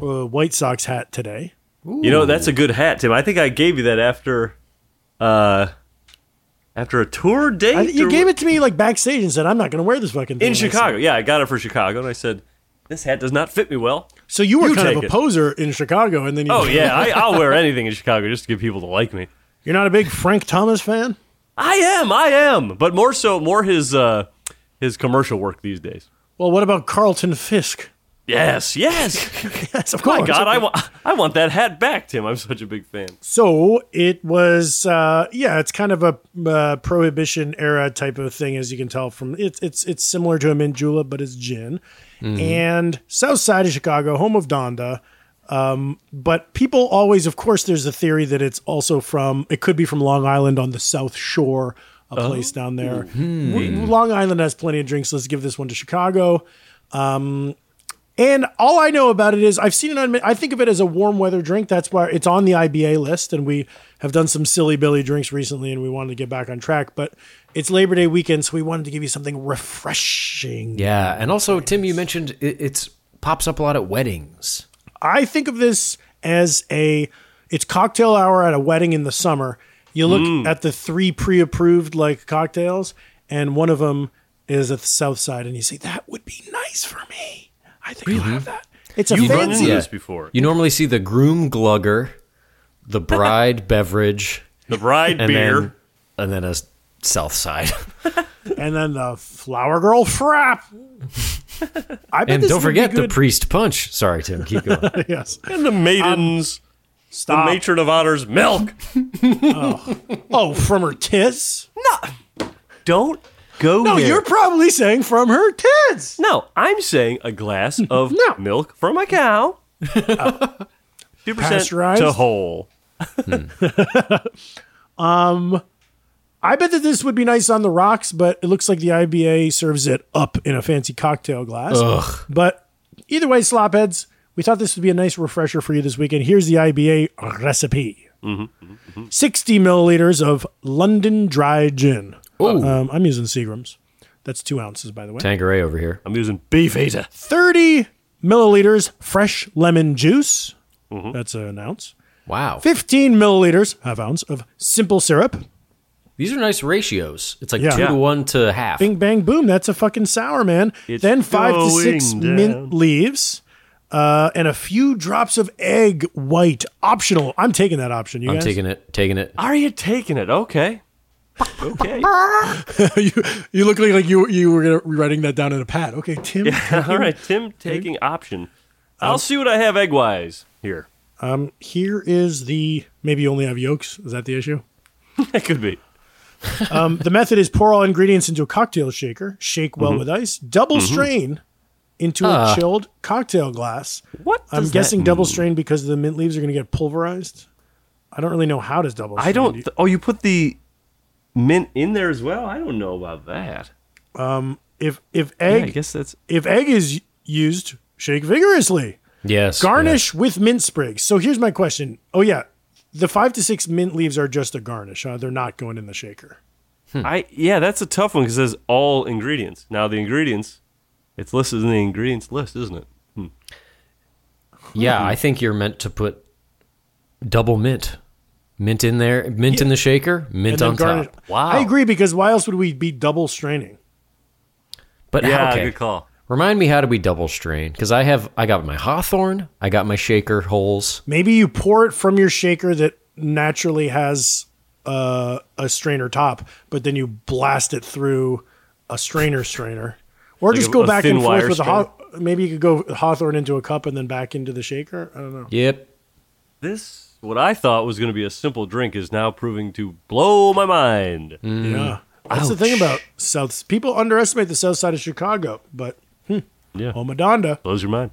Speaker 1: uh, White Sox hat today.
Speaker 3: You know, that's a good hat, Tim. I think I gave you that after uh after a tour date.
Speaker 1: I, you
Speaker 3: or
Speaker 1: gave
Speaker 3: what-
Speaker 1: it to me like backstage and said, "I'm not going to wear this fucking thing."
Speaker 3: in
Speaker 1: And I said,
Speaker 3: Chicago. Yeah, I got it for Chicago and I said, This hat does not fit me well.
Speaker 1: So you were
Speaker 3: You
Speaker 1: kind of
Speaker 3: take
Speaker 1: a
Speaker 3: it.
Speaker 1: poser in Chicago, and then you
Speaker 3: Oh yeah, I, I'll wear anything in Chicago just to get people to like me.
Speaker 1: You're not a big Frank Thomas fan?
Speaker 3: I am, I am. But more so more his uh his commercial work these days.
Speaker 1: Well, what about Carlton Fisk?
Speaker 3: Yes, yes.
Speaker 1: Yes, of
Speaker 3: Oh My
Speaker 1: course.
Speaker 3: God, I want I want that hat back, Tim. I'm such a big fan.
Speaker 1: So it was, uh, yeah, it's kind of a uh, prohibition era type of thing, as you can tell from it's it's it's similar to a mint julep, but it's gin. And South Side of Chicago, home of Donda. Um, but people always, of course, there's a theory that it's also from. It could be from Long Island on the South Shore, a place down there. W- Long Island has plenty of drinks. Let's give this one to Chicago. And all I know about it is I've seen it on, I think of it as a warm weather drink. That's why it's on the IBA list. And we have done some silly Billy drinks recently and we wanted to get back on track. But it's Labor Day weekend, so we wanted to give you something refreshing.
Speaker 2: yeah, and also Tim, you mentioned it, it's pops up a lot at weddings.
Speaker 1: I think of this as a it's cocktail hour at a wedding in the summer. You look at the three pre-approved like cocktails, and one of them is at the South Side, and you say that would be nice for me. I think I'll have that. It's a
Speaker 3: Run into
Speaker 1: fancy.
Speaker 3: this before.
Speaker 2: You normally see the groom glugger, the bride beverage,
Speaker 3: The bride
Speaker 2: and
Speaker 3: beer.
Speaker 2: then and then a s- south side.
Speaker 1: and then the flower girl frap. I bet
Speaker 2: and
Speaker 1: this
Speaker 2: don't
Speaker 1: would be
Speaker 2: forget the
Speaker 1: good-
Speaker 2: priest punch. Sorry, Tim. Keep going.
Speaker 1: yes.
Speaker 3: and the maidens.
Speaker 1: Stop.
Speaker 3: The matron of honors milk.
Speaker 1: oh, from her tits?
Speaker 3: Don't go
Speaker 1: No,
Speaker 3: there.
Speaker 1: Oh, you're probably saying from her tits.
Speaker 3: No, I'm saying a glass of
Speaker 1: No.
Speaker 3: milk from a cow. Two percent
Speaker 1: Pasteurized?
Speaker 3: to whole.
Speaker 1: I bet that this would be nice on the rocks, but it looks like the IBA serves it up in a fancy cocktail glass. But either way, slopheads, we thought this would be a nice refresher for you this weekend. Here's the IBA recipe. mm-hmm, 60 milliliters of London dry gin.
Speaker 2: Ooh.
Speaker 1: Um, I'm using Seagram's. That's two ounces, by the way.
Speaker 2: Tangeray over here.
Speaker 3: I'm using beef eater.
Speaker 1: 30 milliliters fresh lemon juice. That's an ounce.
Speaker 2: Wow.
Speaker 1: 15 milliliters, half ounce, of simple syrup.
Speaker 2: These are nice ratios. It's like
Speaker 1: Yeah.
Speaker 2: two
Speaker 1: Yeah.
Speaker 2: to one to half.
Speaker 1: Bing, bang, boom. That's a fucking sour, man.
Speaker 3: It's
Speaker 1: then five to six
Speaker 3: going down.
Speaker 1: mint leaves uh, and a few drops of egg white. Optional. I'm taking that option. You
Speaker 2: I'm
Speaker 1: guys?
Speaker 2: taking it. Taking it.
Speaker 3: Are you taking it? Okay. Okay.
Speaker 4: Oh,
Speaker 1: you, you look like, like you, you were gonna, writing that down in a pad. Okay, Tim.
Speaker 3: All right, Tim taking option. I'll see what I have egg wise here.
Speaker 1: Um, here is the maybe you only have yolks. Is that the issue?
Speaker 3: That could be.
Speaker 1: Um, the method is pour all ingredients into a cocktail shaker, shake
Speaker 3: Mm-hmm.
Speaker 1: well with ice, double strain into a chilled cocktail glass.
Speaker 3: Ah. What?
Speaker 1: I'm
Speaker 3: does that
Speaker 1: guessing
Speaker 3: mean?
Speaker 1: double strain because the mint leaves are going to get pulverized. I don't really know how does double. Strain.
Speaker 3: I don't. Th- oh, you put the mint in there as well. I don't know about that.
Speaker 1: If if
Speaker 3: Yeah,
Speaker 1: egg
Speaker 3: I guess that's.
Speaker 1: if egg is used, shake vigorously.
Speaker 2: Yes.
Speaker 1: Garnish with mint sprigs. So here's my question. Oh yeah, the five to six mint leaves are just a garnish. Huh? They're not going in the shaker.
Speaker 3: I yeah, that's a tough one because it says all ingredients. Now the ingredients, it's listed in the ingredients list, isn't it?
Speaker 2: Yeah. Yeah, I think you're meant to put double mint. Mint in there. Mint in the shaker. Mint on top. Wow.
Speaker 1: I agree because why else would we be double straining?
Speaker 2: But
Speaker 3: Yeah,
Speaker 2: Ah, okay.
Speaker 3: good call.
Speaker 2: Remind me how do we double strain? Because I have I got my hawthorn, I got my shaker holes.
Speaker 1: Maybe you pour it from your shaker that naturally has uh, a strainer top, but then you blast it through a strainer strainer. Or just
Speaker 3: a-
Speaker 1: go
Speaker 3: a
Speaker 1: back
Speaker 3: thin
Speaker 1: and forth
Speaker 3: wire
Speaker 1: with a haw- maybe you could go Hawthorne into a cup and then back into the shaker. I don't know.
Speaker 2: Yep.
Speaker 3: This what I thought was going to be a simple drink is now proving to blow my mind.
Speaker 1: Yeah. That's the thing
Speaker 3: Mm. Ouch.
Speaker 1: about South. People underestimate the South Side of Chicago, but hmm. Oh,
Speaker 3: Yeah,
Speaker 1: Omadonda,
Speaker 3: blows your mind.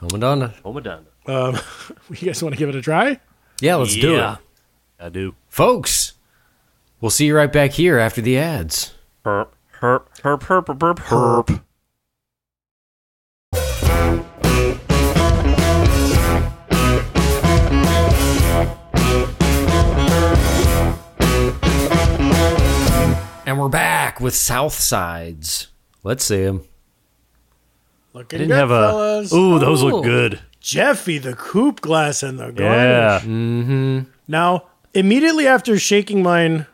Speaker 2: Oh Madonna.
Speaker 3: Oh Madonna.
Speaker 1: you guys want to give it a try?
Speaker 2: Yeah, let's do
Speaker 3: Yeah.
Speaker 2: it.
Speaker 3: I do.
Speaker 2: Folks, we'll see you right back here after the ads.
Speaker 3: Herp herp herp herp herp herp. herp.
Speaker 2: And we're back with South Sides. Let's see them.
Speaker 1: Look
Speaker 3: I didn't have a. Ooh, those
Speaker 2: Oh.
Speaker 3: look good.
Speaker 1: Jeffy, the coupe glass, and the garnish.
Speaker 3: Yeah.
Speaker 1: Now, immediately after shaking mine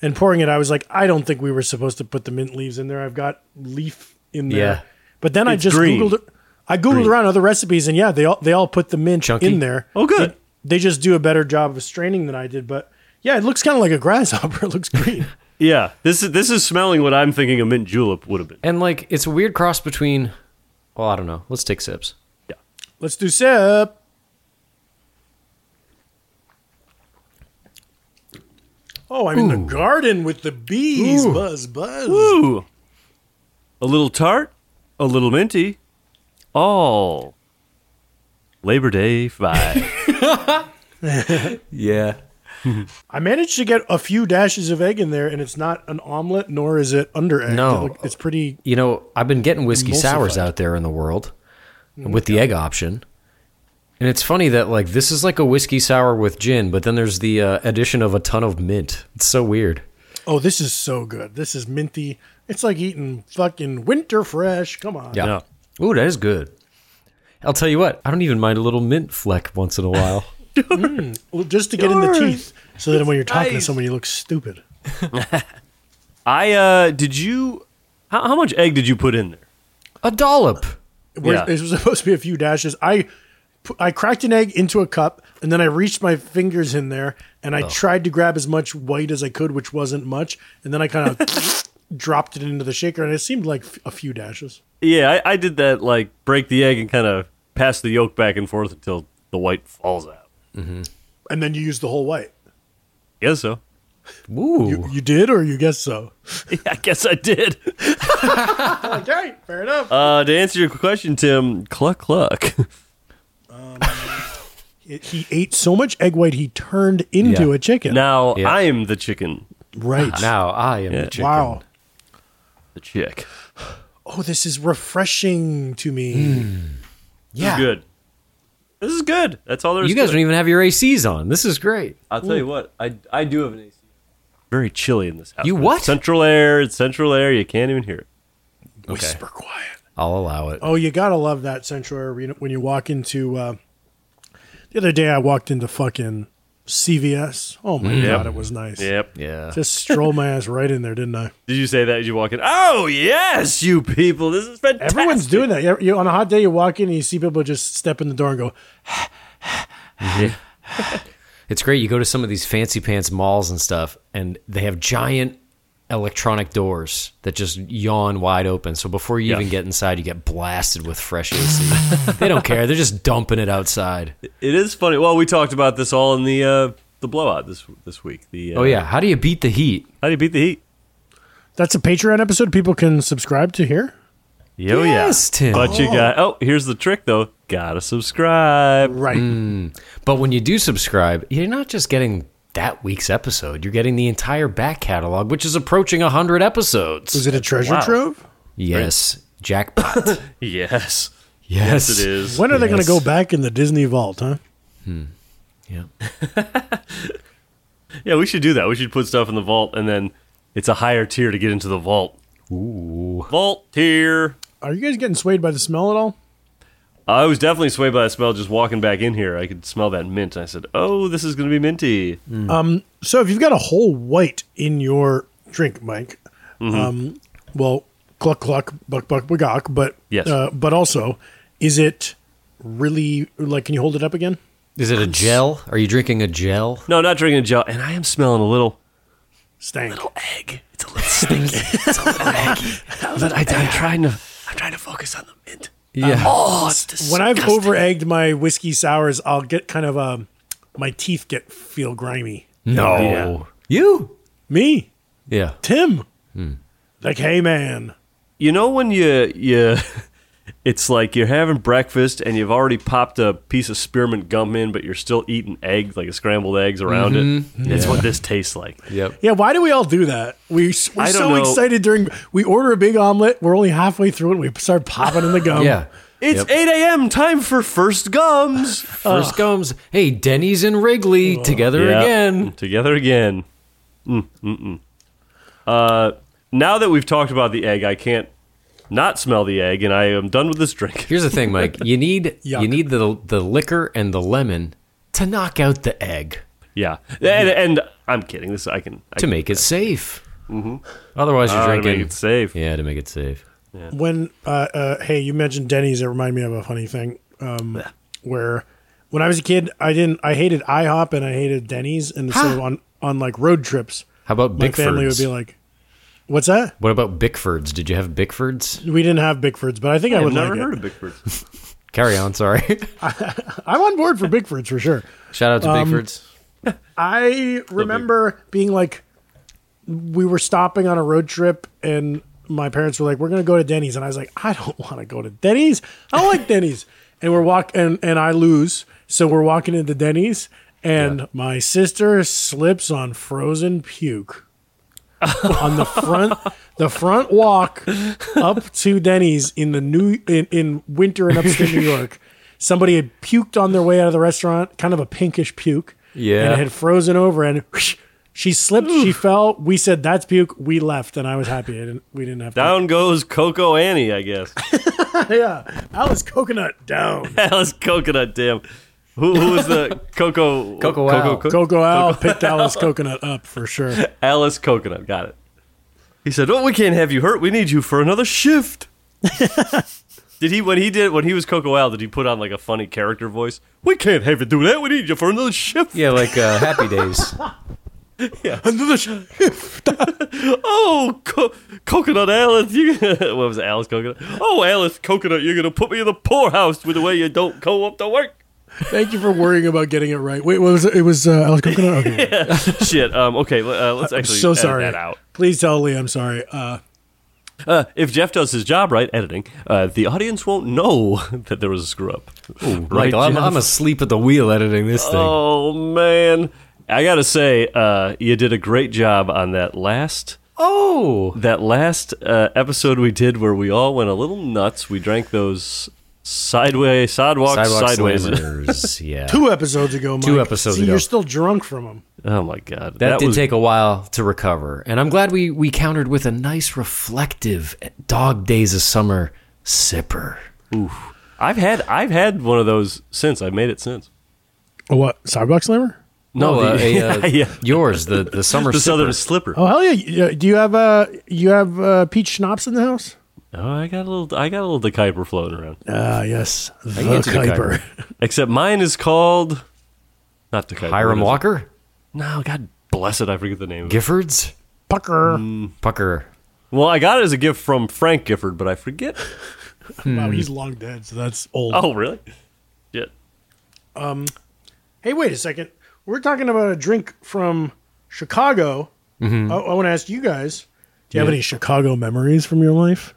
Speaker 1: and pouring it, I was like, I don't think we were supposed to put the mint leaves in there. I've got leaf in there.
Speaker 2: Yeah.
Speaker 1: But then I
Speaker 3: It's
Speaker 1: just
Speaker 3: green.
Speaker 1: googled I googled around other recipes and yeah, they all they all put the mint
Speaker 2: Chunky?
Speaker 1: in there.
Speaker 3: Oh, good.
Speaker 1: They, they just do a better job of straining than I did, but yeah, it looks kind of like a grasshopper. It looks green.
Speaker 3: Yeah. This is this is smelling what I'm thinking a mint julep would have been.
Speaker 2: And like it's a weird cross between well, I don't know. Let's take sips.
Speaker 1: Let's do sip. Oh, I'm in the garden with the bees. Buzz, buzz.
Speaker 3: Ooh. A little tart, a little minty, all Labor Day vibe.
Speaker 2: Yeah.
Speaker 1: I managed to get a few dashes of egg in there, and it's not an omelet, nor is it under egg.
Speaker 2: No.
Speaker 1: It look- it's pretty.
Speaker 2: You know, I've been getting whiskey sours
Speaker 1: Emulsified.
Speaker 2: out there in the world with the egg option. And it's funny that like this is like a whiskey sour with gin, but then there's the uh, addition of a ton of mint. It's so weird.
Speaker 1: Oh, this is so good. This is minty. It's like eating fucking winter fresh. Come on.
Speaker 2: Yeah. Ooh, that is good. I'll tell you what, I don't even mind a little mint fleck once in a while.
Speaker 1: Well, Just to get in the teeth, so that when you're talking to
Speaker 3: nice.
Speaker 1: someone, you look stupid.
Speaker 3: I uh did you how, how much egg did you put in there?
Speaker 2: a dollop.
Speaker 1: Where
Speaker 3: Yeah.
Speaker 1: It was supposed to be a few dashes. I pu- I cracked an egg into a cup, and then I reached my fingers in there, and I tried to grab as much white as I could, which wasn't much, and then I kind of dropped it into the shaker, and it seemed like f- a few dashes.
Speaker 3: Yeah, I, I did that like break the egg and kind of pass the yolk back and forth until the white falls out.
Speaker 1: and then you used the whole white.
Speaker 3: guess so.
Speaker 2: Ooh.
Speaker 1: You, you did, or you guess so.
Speaker 3: I guess I did.
Speaker 1: Okay, fair enough.
Speaker 3: Uh, to answer your question, Tim, cluck cluck.
Speaker 1: It- he ate so much egg white he turned into
Speaker 2: Yeah.
Speaker 1: a chicken.
Speaker 3: Now
Speaker 2: Yeah.
Speaker 3: I am the chicken.
Speaker 1: right.
Speaker 2: Now I am the chicken.
Speaker 1: Wow.
Speaker 3: The chick.
Speaker 1: Oh, this is refreshing to me.
Speaker 2: Hmm,
Speaker 3: This is good. This is good. That's all there is.
Speaker 2: You guys
Speaker 3: to
Speaker 2: don't
Speaker 3: it.
Speaker 2: even have your ACs on. This is great.
Speaker 3: I'll tell you what. I I do have an AC. Very chilly in this house.
Speaker 2: You
Speaker 3: It's
Speaker 2: what?
Speaker 3: Central air. It's central air. You can't even hear it.
Speaker 1: Whisper quiet.
Speaker 2: I'll allow it.
Speaker 1: Oh, you gotta love that Central Arena when you walk into. Uh, the other day, I walked into fucking CVS. Oh my god, it was nice.
Speaker 3: Yep.
Speaker 2: Mm, Yeah.
Speaker 1: Just strolled my ass right in there, didn't I?
Speaker 3: Did you say that as you walk in? Oh yes, you people. This is fantastic.
Speaker 1: Everyone's doing that. You, you- on a hot day, you walk in and you see people just step in the door and go,
Speaker 2: It's great. You go to some of these fancy pants malls and stuff, and they have giant electronic doors that just yawn wide open. So before you even get inside, you get blasted with fresh AC. they don't care. They're just dumping it outside.
Speaker 3: It is funny. Well, we talked about this all in the uh, the blowout this this week. The uh,
Speaker 2: Oh, yeah. How do you beat the heat?
Speaker 3: How do you beat the heat?
Speaker 1: "That's a Patreon episode. People can subscribe to here."
Speaker 3: Yo,
Speaker 2: Yes, Tim.
Speaker 3: Oh, But you got oh, here's the trick though. Gotta subscribe.
Speaker 1: Right.
Speaker 2: But when you do subscribe, you're not just getting that week's episode, you're getting the entire back catalog, which is approaching 100 episodes.
Speaker 1: Is it a treasure
Speaker 3: Wow.
Speaker 1: trove?
Speaker 2: yes. Jackpot. yes.
Speaker 3: Yes.
Speaker 2: Yes,
Speaker 3: It is.
Speaker 1: When are they going to
Speaker 2: Yes.
Speaker 1: go back in the Disney vault? Huh?
Speaker 2: Yeah.
Speaker 3: Yeah, we should do that. We should put stuff in the vault and then it's a higher tier to get into the vault. Ooh. Vault tier.
Speaker 1: Are you guys getting swayed by the smell at all?
Speaker 3: I was definitely swayed by the smell just walking back in here. I could smell that mint. I said, "Oh, this is going to be minty."
Speaker 1: So if you've got a whole white in your drink, Mike,
Speaker 3: Mm-hmm.
Speaker 1: um, well, cluck cluck, buck buck bagock, but
Speaker 3: Yes.
Speaker 1: uh, but also, is it really like? Can you hold it up again?
Speaker 2: Is it a gel? Are you drinking a gel?
Speaker 3: No, not drinking a gel. And I am smelling a little.
Speaker 1: Stank.
Speaker 3: But I, I'm trying to. I'm trying to focus on the mint.
Speaker 2: Yeah.
Speaker 3: Oh, it's
Speaker 1: When I've over egged my whiskey sours, I'll get kind of um, my teeth get feel grimy.
Speaker 3: Mm.
Speaker 2: No.
Speaker 3: Yeah.
Speaker 2: You?
Speaker 1: Me,
Speaker 2: Yeah.
Speaker 1: Tim,
Speaker 3: Hmm.
Speaker 1: like hey man,
Speaker 3: You know when you you it's like you're having breakfast and you've already popped a piece of spearmint gum in, but you're still eating eggs, like scrambled eggs around it. It's what this tastes like.
Speaker 2: Mm-hmm. Yep.
Speaker 1: yeah. Why do we all do that? We s- we're
Speaker 3: I don't
Speaker 1: so
Speaker 3: know.
Speaker 1: excited during we order a big omelet. We're only halfway through it. and We start popping in the gum.
Speaker 2: Um, Yeah.
Speaker 3: It's
Speaker 2: Yep.
Speaker 3: 8 a.m. time for first gums.
Speaker 2: First comes, hey, Denny's and Wrigley together
Speaker 3: Yeah.
Speaker 2: again.
Speaker 3: Together again. Mm, mm, mm. Uh, now that we've talked about the egg, I can't not smell the egg, and I am done with this drink.
Speaker 2: Here's the thing, Mike. You need you
Speaker 1: Yuck.
Speaker 2: need the the liquor and the lemon to knock out the egg
Speaker 3: Yeah,
Speaker 2: Mm-hmm.
Speaker 3: and, and I'm kidding. This I can I
Speaker 2: to
Speaker 3: can-
Speaker 2: make it safe. Otherwise, you're
Speaker 3: uh, to
Speaker 2: drinking.
Speaker 3: make it safe.
Speaker 2: Yeah, to make it safe.
Speaker 1: when uh, uh, hey you mentioned denny's it reminded me of a funny thing um, where when i was a kid i didn't i hated ihop and i hated denny's and so on on like road trips
Speaker 2: How about
Speaker 1: my family would
Speaker 2: Bickfords?
Speaker 1: be like what's that
Speaker 2: what about Bickfords? Did you have Bickfords?
Speaker 1: we didn't have bigfords but i think i
Speaker 3: I've
Speaker 1: would
Speaker 3: never
Speaker 1: like
Speaker 3: heard
Speaker 1: it.
Speaker 3: of Bickford.
Speaker 2: Carry on. Sorry.
Speaker 1: i'm on board for bigfords for sure
Speaker 2: Shout out to
Speaker 3: Um,
Speaker 2: Bickfords.
Speaker 1: I remember being like, we were stopping on a road trip, and my parents were like, "We're gonna go to Denny's," and I was like, "I don't want to go to Denny's. I don't like Denny's." And we're walk and and I lose, so we're walking into Denny's, and my sister slips on frozen puke on the front the front walk up to Denny's in the new in, in winter in upstate New York. Somebody had puked on their way out of the restaurant, kind of a pinkish puke. And
Speaker 2: Yeah.
Speaker 1: it had frozen over and she slipped, she fell. We said that's puke. We left and I was happy. I didn't, we didn't have to.
Speaker 3: Down goes Coco Annie, I guess.
Speaker 1: Yeah. Alice Coconut down.
Speaker 3: Alice Coconut, damn. Who, who was the Coco?
Speaker 2: Coco Al.
Speaker 3: Co-
Speaker 1: Coco Al picked Alice Coconut up for sure.
Speaker 3: Alice Coconut, got it. He said, "Oh, we can't have you hurt. We need you for another shift." did he when he did when he was Coco Al? Did he put on like a funny character voice? We can't have you do that. We need you for another shift.
Speaker 2: Yeah, like uh, Happy Days.
Speaker 3: Another shift. oh, Co- Coconut Alice, you what was it, Alice Coconut? Oh, Alice Coconut, you're gonna put me in the poorhouse with the way you don't go up to work.
Speaker 1: Thank you for worrying about getting it right. Wait, what was it? It was uh, Alex Coconut? Okay.
Speaker 3: Shit. Um, okay, le- uh, let's
Speaker 1: I'm
Speaker 3: actually
Speaker 1: so
Speaker 3: edit
Speaker 1: sorry.
Speaker 3: that out.
Speaker 1: Please tell Lee I'm sorry. Uh,
Speaker 3: Uh, if Jeff does his job right, editing, uh, the audience won't know that there was a screw up.
Speaker 2: Michael, I'm,
Speaker 3: Jeff?
Speaker 2: I'm asleep at the wheel editing this thing.
Speaker 3: Oh man, I gotta say, uh, you did a great job on that last
Speaker 2: oh.
Speaker 3: that last uh, episode we did where we all went a little nuts. We drank those sideways sidewalks
Speaker 2: Sidewalk
Speaker 3: sideways.
Speaker 2: Slammers, yeah.
Speaker 1: two episodes ago, Mike.
Speaker 2: Two episodes
Speaker 1: See,
Speaker 2: ago.
Speaker 1: You're still drunk from them.
Speaker 3: oh my god, that,
Speaker 2: That, did
Speaker 3: was,
Speaker 2: take a while to recover. And I'm glad we, we countered with a nice reflective dog days of summer sipper.
Speaker 3: I've had I've had one of those since. I've made it since.
Speaker 1: A what? Sidewalk slammer?
Speaker 2: No, uh,
Speaker 3: the-
Speaker 2: a, uh,
Speaker 3: Oh, yeah.
Speaker 2: yours, the, the summer
Speaker 3: The
Speaker 2: sipper.
Speaker 3: Southern Slipper.
Speaker 1: Oh hell yeah! You- Do you have uh you have uh, peach schnapps in the house?
Speaker 3: Oh, I got a little I got a little De Kuiper floating around.
Speaker 1: Ah yes, the
Speaker 2: can get to the
Speaker 1: Kuiper.
Speaker 3: Except mine is called not De Kuiper.
Speaker 2: Hiram
Speaker 3: what is it?
Speaker 2: Walker?
Speaker 3: No, God bless it, I forget the name. of it.
Speaker 2: Giffords?
Speaker 1: Pucker.
Speaker 2: Pucker.
Speaker 3: Well, I got it as a gift from Frank Gifford, but I forget.
Speaker 1: Wow, Oh, he's long dead, so that's old.
Speaker 3: Oh, really? Shit.
Speaker 1: Hey, wait a second. We're talking about a drink from Chicago.
Speaker 2: Mm-hmm.
Speaker 1: Oh, I, want to ask you guys: Do you have any Chicago memories from your life?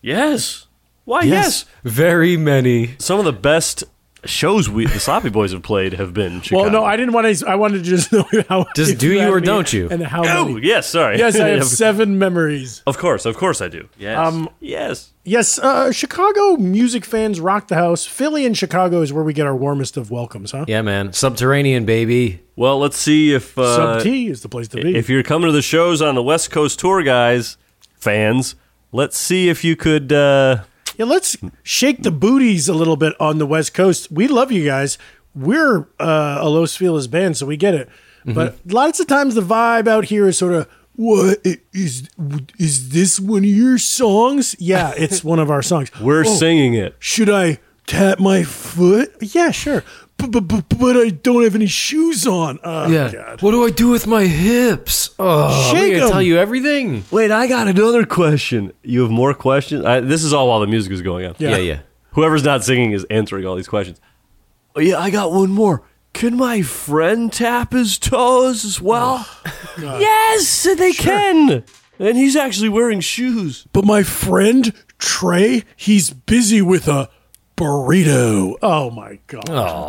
Speaker 3: Yes. Why? Yes.
Speaker 2: Very many.
Speaker 3: Some of the best shows we the Sloppy Boys have played have been Chicago.
Speaker 1: Well, no, I didn't want to. I wanted to just know how.
Speaker 2: Just
Speaker 1: if
Speaker 2: do you
Speaker 1: had
Speaker 2: or
Speaker 1: any
Speaker 2: don't you?
Speaker 1: And how?
Speaker 3: Oh,
Speaker 1: many.
Speaker 3: yes. Sorry.
Speaker 1: Yes, I have
Speaker 3: of,
Speaker 1: seven memories.
Speaker 3: of course, of course, I do. Yes.
Speaker 1: Um,
Speaker 3: yes.
Speaker 1: Yes, uh, Chicago music fans rock the house. Philly and Chicago is where we get our warmest of welcomes, huh?
Speaker 2: Yeah, man. Subterranean, baby.
Speaker 3: Well, let's see if uh,
Speaker 1: Sub T is the place to be.
Speaker 3: if you're coming to the shows on the West Coast tour, guys, fans. Let's see if you could. Uh,
Speaker 1: Yeah, let's shake the booties a little bit on the West Coast. We love you guys. We're uh, a Los Feliz band, so we get it. But lots of times the vibe out here is sort of what i- is is this one of your songs? Yeah, it's one of our songs.
Speaker 3: we're
Speaker 1: Oh,
Speaker 3: singing it.
Speaker 1: Should I tap my foot? Yeah, sure. But but but, but I don't have any shoes on. Oh,
Speaker 2: Yeah.
Speaker 1: God.
Speaker 2: What do I do with my hips? Oh,
Speaker 1: Shake
Speaker 2: I'm going to
Speaker 1: 'em.
Speaker 2: tell you everything.
Speaker 3: Wait, I got another question. You have more questions? I, this is all while the music is going on.
Speaker 2: Yeah, yeah.
Speaker 3: Whoever's not singing is answering all these questions. Oh, yeah, I got one more. Can my friend tap his toes as well?
Speaker 1: Oh,
Speaker 3: yes, they can. And he's actually wearing shoes.
Speaker 1: But my friend Trey, he's busy with a burrito. Oh my god.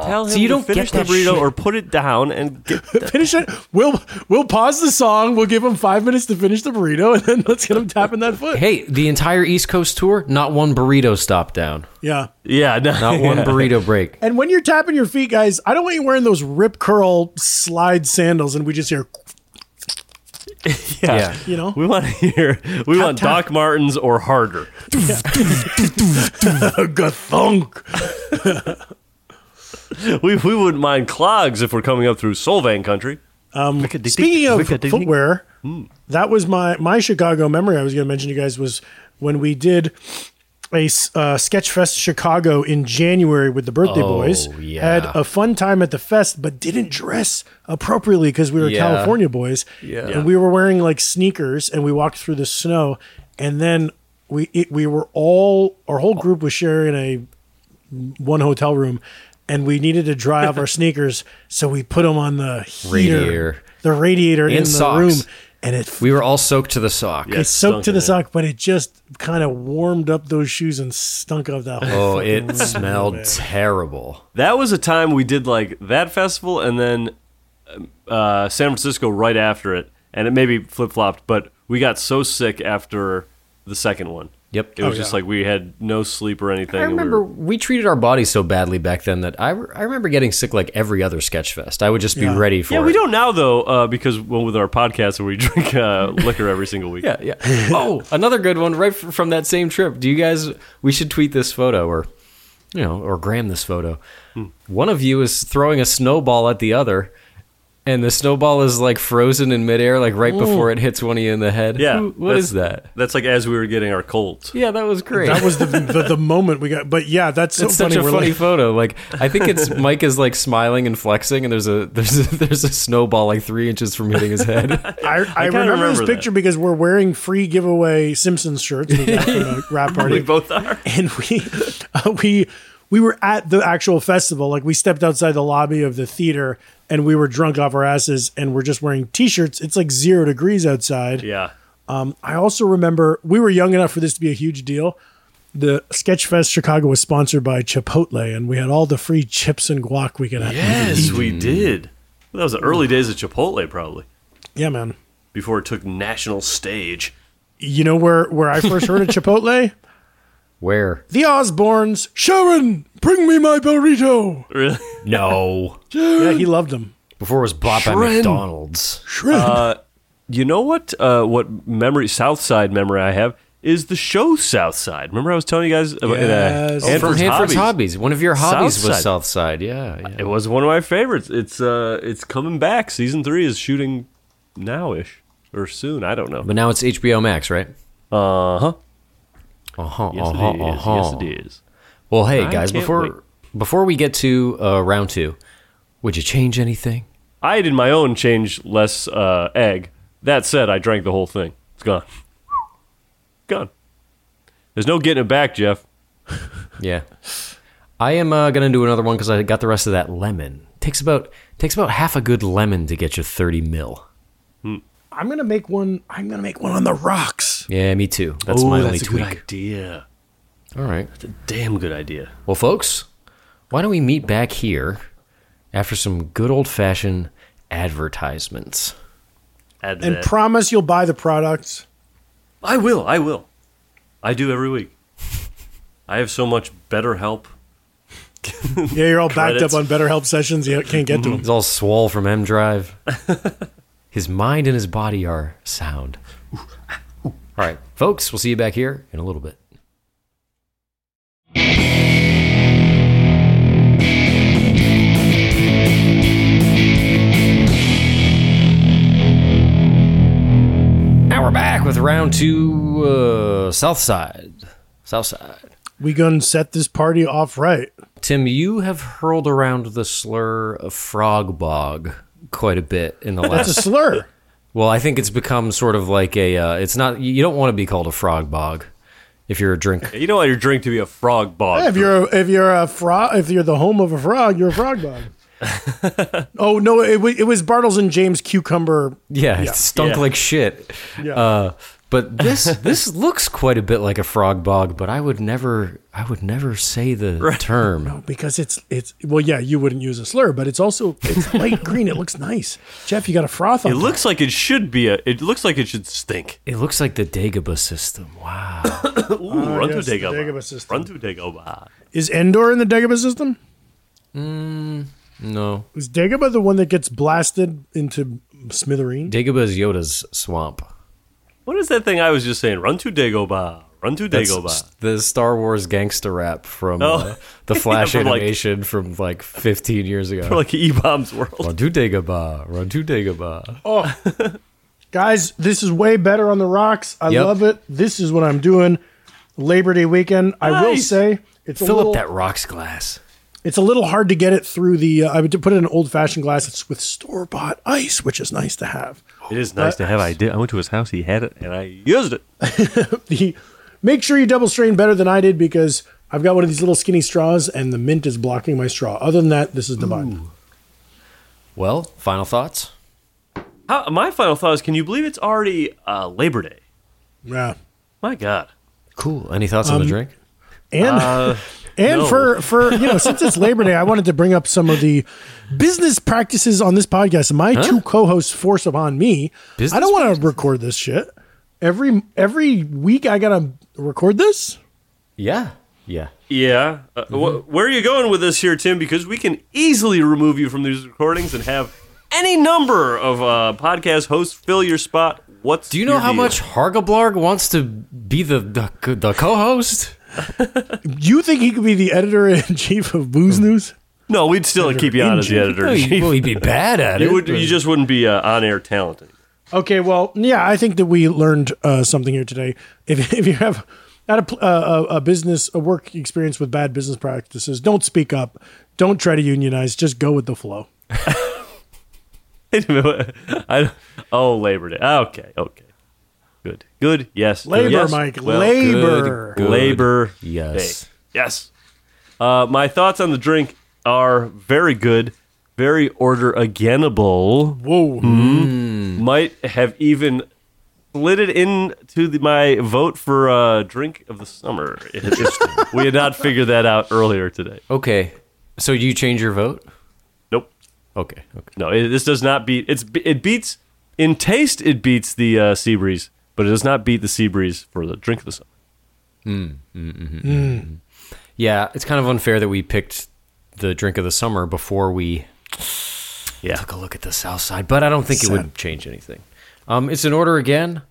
Speaker 3: Tell him
Speaker 2: so you
Speaker 3: to
Speaker 2: don't get
Speaker 3: finish the
Speaker 2: that
Speaker 3: burrito
Speaker 2: shit.
Speaker 3: or put it down and get.
Speaker 1: finish it. We'll we'll pause the song. We'll give him five minutes to finish the burrito, and then let's get him tapping that foot.
Speaker 2: Hey, the entire East Coast tour, not one burrito stop down,
Speaker 1: Yeah.
Speaker 3: yeah, no,
Speaker 2: not one burrito break.
Speaker 1: And when you're tapping your feet, guys, I don't want you wearing those rip curl slide sandals, and we just hear
Speaker 3: Yeah.
Speaker 2: Yeah.
Speaker 1: you know
Speaker 3: We want to hear. We want Doc Martens or harder.
Speaker 1: thunk.
Speaker 3: We, we wouldn't mind clogs if we're coming up through Solvang country.
Speaker 1: Um, speaking of footwear,
Speaker 2: Hmm.
Speaker 1: that was my my Chicago memory. I was going to mention to you guys was when we did a s- uh, Sketchfest Chicago in January with the Birthday
Speaker 2: Oh,
Speaker 1: Boys.
Speaker 2: yeah.
Speaker 1: Had a fun time at the fest, but didn't dress appropriately because we were
Speaker 2: Yeah.
Speaker 1: California boys.
Speaker 3: Yeah.
Speaker 1: and we were wearing like sneakers, and we walked through the snow, and then we it, we were all our whole group was sharing a mm, one hotel room and we needed to dry off our sneakers so we put them on the heater,
Speaker 2: Radiator.
Speaker 1: the radiator in the
Speaker 2: socks.
Speaker 1: room and it,
Speaker 2: We were all soaked to the sock.
Speaker 1: it soaked to
Speaker 3: stunk
Speaker 1: the
Speaker 3: in it.
Speaker 1: sock but it just kind of warmed up those shoes and stunk of that whole
Speaker 2: Oh,
Speaker 1: fucking room.
Speaker 2: it smelled terrible.
Speaker 3: That was a time we did like that festival and then uh, San Francisco right after it, and it maybe flip flopped, but we got so sick after the second one.
Speaker 2: Yep.
Speaker 3: It was just like we had no sleep or anything.
Speaker 2: I
Speaker 3: and we
Speaker 2: remember
Speaker 3: were-
Speaker 2: we treated our bodies so badly back then that I, I remember getting sick like every other Sketchfest. I would just be
Speaker 1: Yeah.
Speaker 2: ready for
Speaker 3: yeah,
Speaker 2: it.
Speaker 3: we don't now though, uh, because well, with our podcast where we drink uh, liquor every single week.
Speaker 2: Yeah, yeah. Oh, another good one right f- from that same trip. Do you guys? We should tweet this photo, or you know, or gram this photo. One of you is throwing a snowball at the other, and the snowball is like frozen in midair, like right before it hits one of you in the head.
Speaker 3: Yeah,
Speaker 2: Who- what
Speaker 3: that's-
Speaker 2: is that?
Speaker 3: That's like as we were getting our cold.
Speaker 2: Yeah, that was great.
Speaker 1: that was the, the the moment we got but yeah that's so
Speaker 2: it's
Speaker 1: funny
Speaker 2: such a
Speaker 1: We're
Speaker 2: funny
Speaker 1: like-
Speaker 2: photo. Like I think it's Mike is like smiling and flexing, and there's a there's a, there's a snowball like three inches from hitting his head.
Speaker 1: I, I,
Speaker 3: kinda
Speaker 1: remember, this
Speaker 3: remember that.
Speaker 1: picture because we're wearing free giveaway Simpsons shirts we got from a rap party.
Speaker 3: We both are.
Speaker 1: and we uh, we we were at the actual festival. Like we stepped outside the lobby of the theater and we were drunk off our asses and we're just wearing t-shirts. It's like zero degrees outside.
Speaker 3: Yeah.
Speaker 1: Um, I also remember we were young enough for this to be a huge deal. The Sketchfest Chicago was sponsored by Chipotle, and we had all the free chips and guac we could have.
Speaker 3: Yes, we
Speaker 2: Mm.
Speaker 3: did. Well, that was the early days of Chipotle, probably
Speaker 1: Yeah, man.
Speaker 3: before it took national stage.
Speaker 1: You know where where I first heard of Chipotle?
Speaker 2: Where?
Speaker 1: The Osbournes. Sharon, bring me my burrito.
Speaker 3: Really?
Speaker 2: No.
Speaker 1: Yeah, he loved them.
Speaker 2: Before it was bought by
Speaker 3: Shrimp.
Speaker 2: McDonald's.
Speaker 3: You know what? Uh, what memory? South Side memory I have is the show South Side. Remember I was telling you guys about in,
Speaker 1: Yes.
Speaker 3: uh,
Speaker 1: Oh,
Speaker 2: From
Speaker 3: Hanford's
Speaker 2: Hanford's Hobbies.
Speaker 3: Hobbies.
Speaker 2: One of your hobbies was
Speaker 3: Southside. Uh,
Speaker 2: Southside. Yeah. yeah.
Speaker 3: It was one of my favorites. It's uh, it's coming back. Season three is shooting nowish or soon. I don't know.
Speaker 2: But now it's HBO Max, right?
Speaker 3: Uh huh.
Speaker 2: Uh huh.
Speaker 3: Yes,
Speaker 2: uh-huh,
Speaker 3: it is.
Speaker 2: uh-huh.
Speaker 3: Yes, it is.
Speaker 2: Well, hey
Speaker 3: I
Speaker 2: guys,
Speaker 3: can't
Speaker 2: before
Speaker 3: wait.
Speaker 2: before we get to uh, round two, would you change anything?
Speaker 3: I did my own change less uh, egg. That said, I drank the whole thing. It's gone. gone. There's no getting it back, Jeff.
Speaker 2: Yeah, I am uh, gonna do another one because I got the rest of that lemon. Takes about takes about half a good lemon to get your thirty mil.
Speaker 1: I'm gonna make one. I'm gonna make one on the rocks.
Speaker 2: Yeah, me too. That's my only tweak.
Speaker 3: idea.
Speaker 2: All right.
Speaker 3: It's a damn good idea.
Speaker 2: Well, folks, why don't we meet back here after some good old fashioned advertisements?
Speaker 3: Add
Speaker 1: And
Speaker 3: that.
Speaker 1: promise you'll buy the products.
Speaker 3: I will. I will. I do every week. I have so much better help.
Speaker 1: Yeah, you're all backed up
Speaker 3: Credits.
Speaker 1: on BetterHelp sessions. You can't get to them.
Speaker 2: He's all swole from M Drive. his mind and his body are sound. All right, folks, we'll see you back here in a little bit. Now we're back with round two, uh, Southside. Southside.
Speaker 1: We gonna set this party off right.
Speaker 2: Tim, you have hurled around the slur of frog bog quite a bit in the
Speaker 1: That's a
Speaker 2: last.
Speaker 1: slur.
Speaker 2: well, I think it's become sort of like a. Uh, it's not. You don't want to be called a frog bog if you're a drink.
Speaker 3: You don't want your drink to be a frog bog.
Speaker 1: Yeah, if you're a, if you're a frog, if you're the home of a frog, you're a frog dog. oh no, it, wa- it was Bartles and James cucumber.
Speaker 2: Yeah, it stunk
Speaker 3: Yeah.
Speaker 2: like shit.
Speaker 1: Yeah.
Speaker 2: Uh, but this this looks quite a bit like a frog bog, but I would never I would never say the
Speaker 3: Uh.
Speaker 2: term.
Speaker 1: because it's it's well, yeah, you wouldn't use a slur, but it's also it's light green. It looks nice, Jeff. You got a froth on.
Speaker 3: it looks like it should be a. It looks like it should stink.
Speaker 2: It looks like the Dagobah system. Wow.
Speaker 3: Ooh, run
Speaker 1: yes,
Speaker 3: to
Speaker 1: the
Speaker 3: Dagobah.
Speaker 1: Dagobah system.
Speaker 3: Run to Dagobah.
Speaker 1: Is Endor in the Dagobah system?
Speaker 2: No,
Speaker 1: Is Dagobah the one that gets blasted into smithereen?
Speaker 2: Dagobah is Yoda's swamp.
Speaker 3: What is that thing I was just saying? Run to Dagobah. Run to
Speaker 2: That's
Speaker 3: Dagobah.
Speaker 2: The Star Wars gangster rap from
Speaker 3: Oh.
Speaker 2: uh, the Flash
Speaker 3: Yeah, from, like-
Speaker 2: animation from like 15 years ago.
Speaker 3: Or like E Bomb's world.
Speaker 2: Run to Dagobah, run to Dagobah.
Speaker 1: Guys, this is way better on the rocks. I
Speaker 2: Yep.
Speaker 1: love it. This is what I'm doing. Labor Day weekend. I will
Speaker 3: Nice.
Speaker 1: say it's a
Speaker 2: Fill
Speaker 1: little,
Speaker 2: up that rocks glass.
Speaker 1: It's a little hard to get it through the. Uh, I would put it in an old fashioned glass. It's with store bought ice, which is nice to have.
Speaker 3: It is nice to have. I did. I went to his house. He had it, and I used it.
Speaker 1: The, make sure you double strain better than I did because I've got one of these little skinny straws and the mint is blocking my straw. Other than that, this is divine.
Speaker 2: Well, final thoughts?
Speaker 3: How, my final thought is: Can you believe it's already uh, Labor Day?
Speaker 1: Yeah.
Speaker 3: My God.
Speaker 2: Cool. Any thoughts
Speaker 3: Um,
Speaker 2: on the drink?
Speaker 1: And and
Speaker 3: no.
Speaker 1: for for you know since it's Labor Day, I wanted to bring up some of the business practices on this podcast. My two co-hosts force upon me.
Speaker 2: Business
Speaker 1: I don't want to record this shit every every week. I gotta record this.
Speaker 2: Yeah. Yeah.
Speaker 3: Yeah. Uh,
Speaker 2: Mm-hmm.
Speaker 3: wh- where are you going with this here, Tim? Because we can easily remove you from these recordings and have any number of uh, podcast hosts fill your spot. What's
Speaker 2: Do you know
Speaker 3: your
Speaker 2: how
Speaker 3: deal?
Speaker 2: much Hargablarg wants to be the the, the co-host?
Speaker 1: You think he could be the editor in chief of Booze News?
Speaker 3: No, we'd still keep you on Hmm. as the editor.
Speaker 2: No, he, well, he'd be bad at it.
Speaker 3: You, would, you just wouldn't be uh, on-air talent. anymore.
Speaker 1: Okay, well, yeah, I think that we learned uh, something here today. If, if you have had a, pl- uh, a, a business, a work experience with bad business practices, don't speak up. Don't try to unionize. Just go with the flow.
Speaker 3: Wait a minute. I, oh, Labor Day. Okay, okay. Good. Good. Yes.
Speaker 1: Labor,
Speaker 3: yes.
Speaker 1: Mike.
Speaker 3: Well,
Speaker 1: labor.
Speaker 2: good.
Speaker 3: Labor.
Speaker 2: Yes.
Speaker 3: Yes. Uh, my thoughts on the drink are very good, very order againable.
Speaker 1: Whoa.
Speaker 3: Might have even slid it into the, my vote for uh, drink of the summer. If we had not figured that out earlier today.
Speaker 2: Okay. So you change your vote?
Speaker 3: Nope.
Speaker 2: Okay. Okay.
Speaker 3: No, it, this does not beat. It's it beats in taste. It beats the uh, sea breeze, but it does not beat the sea breeze for the drink of the summer.
Speaker 2: Yeah, it's kind of unfair that we picked the drink of the summer before we
Speaker 3: Yeah.
Speaker 2: took a look at the south side, but I don't think it would change anything. Um, it's an order again.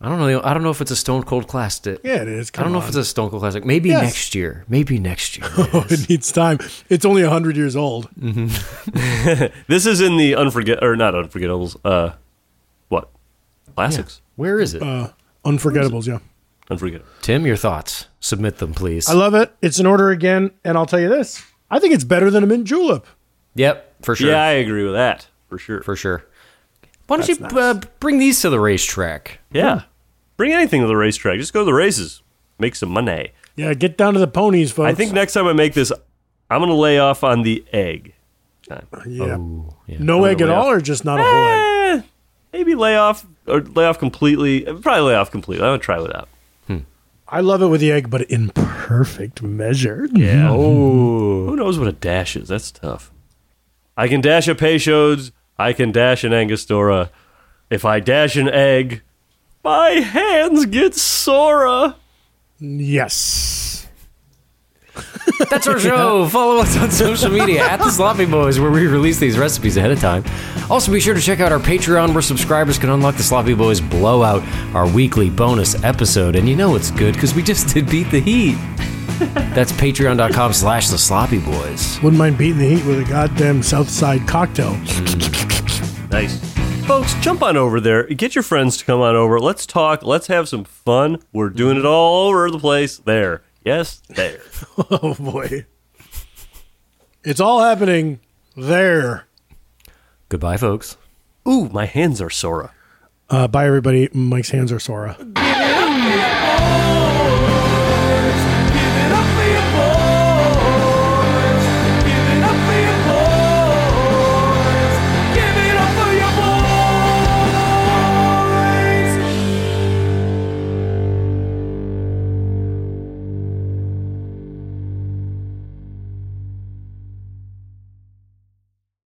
Speaker 2: I don't know. I don't know if it's a Stone Cold Classic.
Speaker 1: Yeah, it is.
Speaker 2: I don't
Speaker 1: Come
Speaker 2: know
Speaker 1: on.
Speaker 2: if it's a Stone Cold Classic. Maybe
Speaker 1: Yes.
Speaker 2: next year. Maybe next year. it is.
Speaker 1: It needs time. It's only 100 years old.
Speaker 3: This is in the unforget or not unforgettables. Uh, what classics?
Speaker 2: Where is it?
Speaker 1: Uh, unforgettables, yeah.
Speaker 3: Unforgettable.
Speaker 2: Tim, your thoughts. Submit them, please.
Speaker 1: I love it. It's an order again, and I'll tell you this. I think it's better than a mint julep.
Speaker 2: yep, for sure.
Speaker 3: Yeah, I agree with that for sure.
Speaker 2: for sure. Why don't you uh, bring these to the racetrack?
Speaker 3: yeah, bring anything to the racetrack. Just go to the races, make some money.
Speaker 1: Yeah, get down to the ponies, folks.
Speaker 3: I think next time I make this, I'm gonna lay off on the egg.
Speaker 1: yeah. No egg at
Speaker 3: way
Speaker 1: all,
Speaker 3: up.
Speaker 1: or just not a whole egg?
Speaker 3: Eh, maybe lay off or lay off completely. Probably lay off completely. I'm gonna try without.
Speaker 1: I love it with the egg, but in perfect measure.
Speaker 3: Yeah. Oh. Who knows what a dash is? That's tough. I can dash a Peychaud's. I can dash an Angostura. If I dash an egg, my hands get Sora.
Speaker 1: Mm, Yes.
Speaker 2: That's our show. Follow us on social media at the Sloppy Boys, where we release these recipes ahead of time. Also, be sure to check out our Patreon, where subscribers can unlock the Sloppy Boys Blowout, our weekly bonus episode. And you know it's good because we just did beat the heat. That's patreon.com slash the sloppy boys.
Speaker 1: Wouldn't mind beating the heat with a goddamn South Side cocktail.
Speaker 3: Nice. Folks, jump on over there. Get your friends to come on over. Let's talk. Let's have some fun. We're doing it all over the place. There. Yes, there.
Speaker 1: Oh, boy. It's all happening there.
Speaker 2: Goodbye, folks.
Speaker 3: Ooh, my hands are Sora.
Speaker 1: Uh, bye, everybody. Mike's hands are Sora.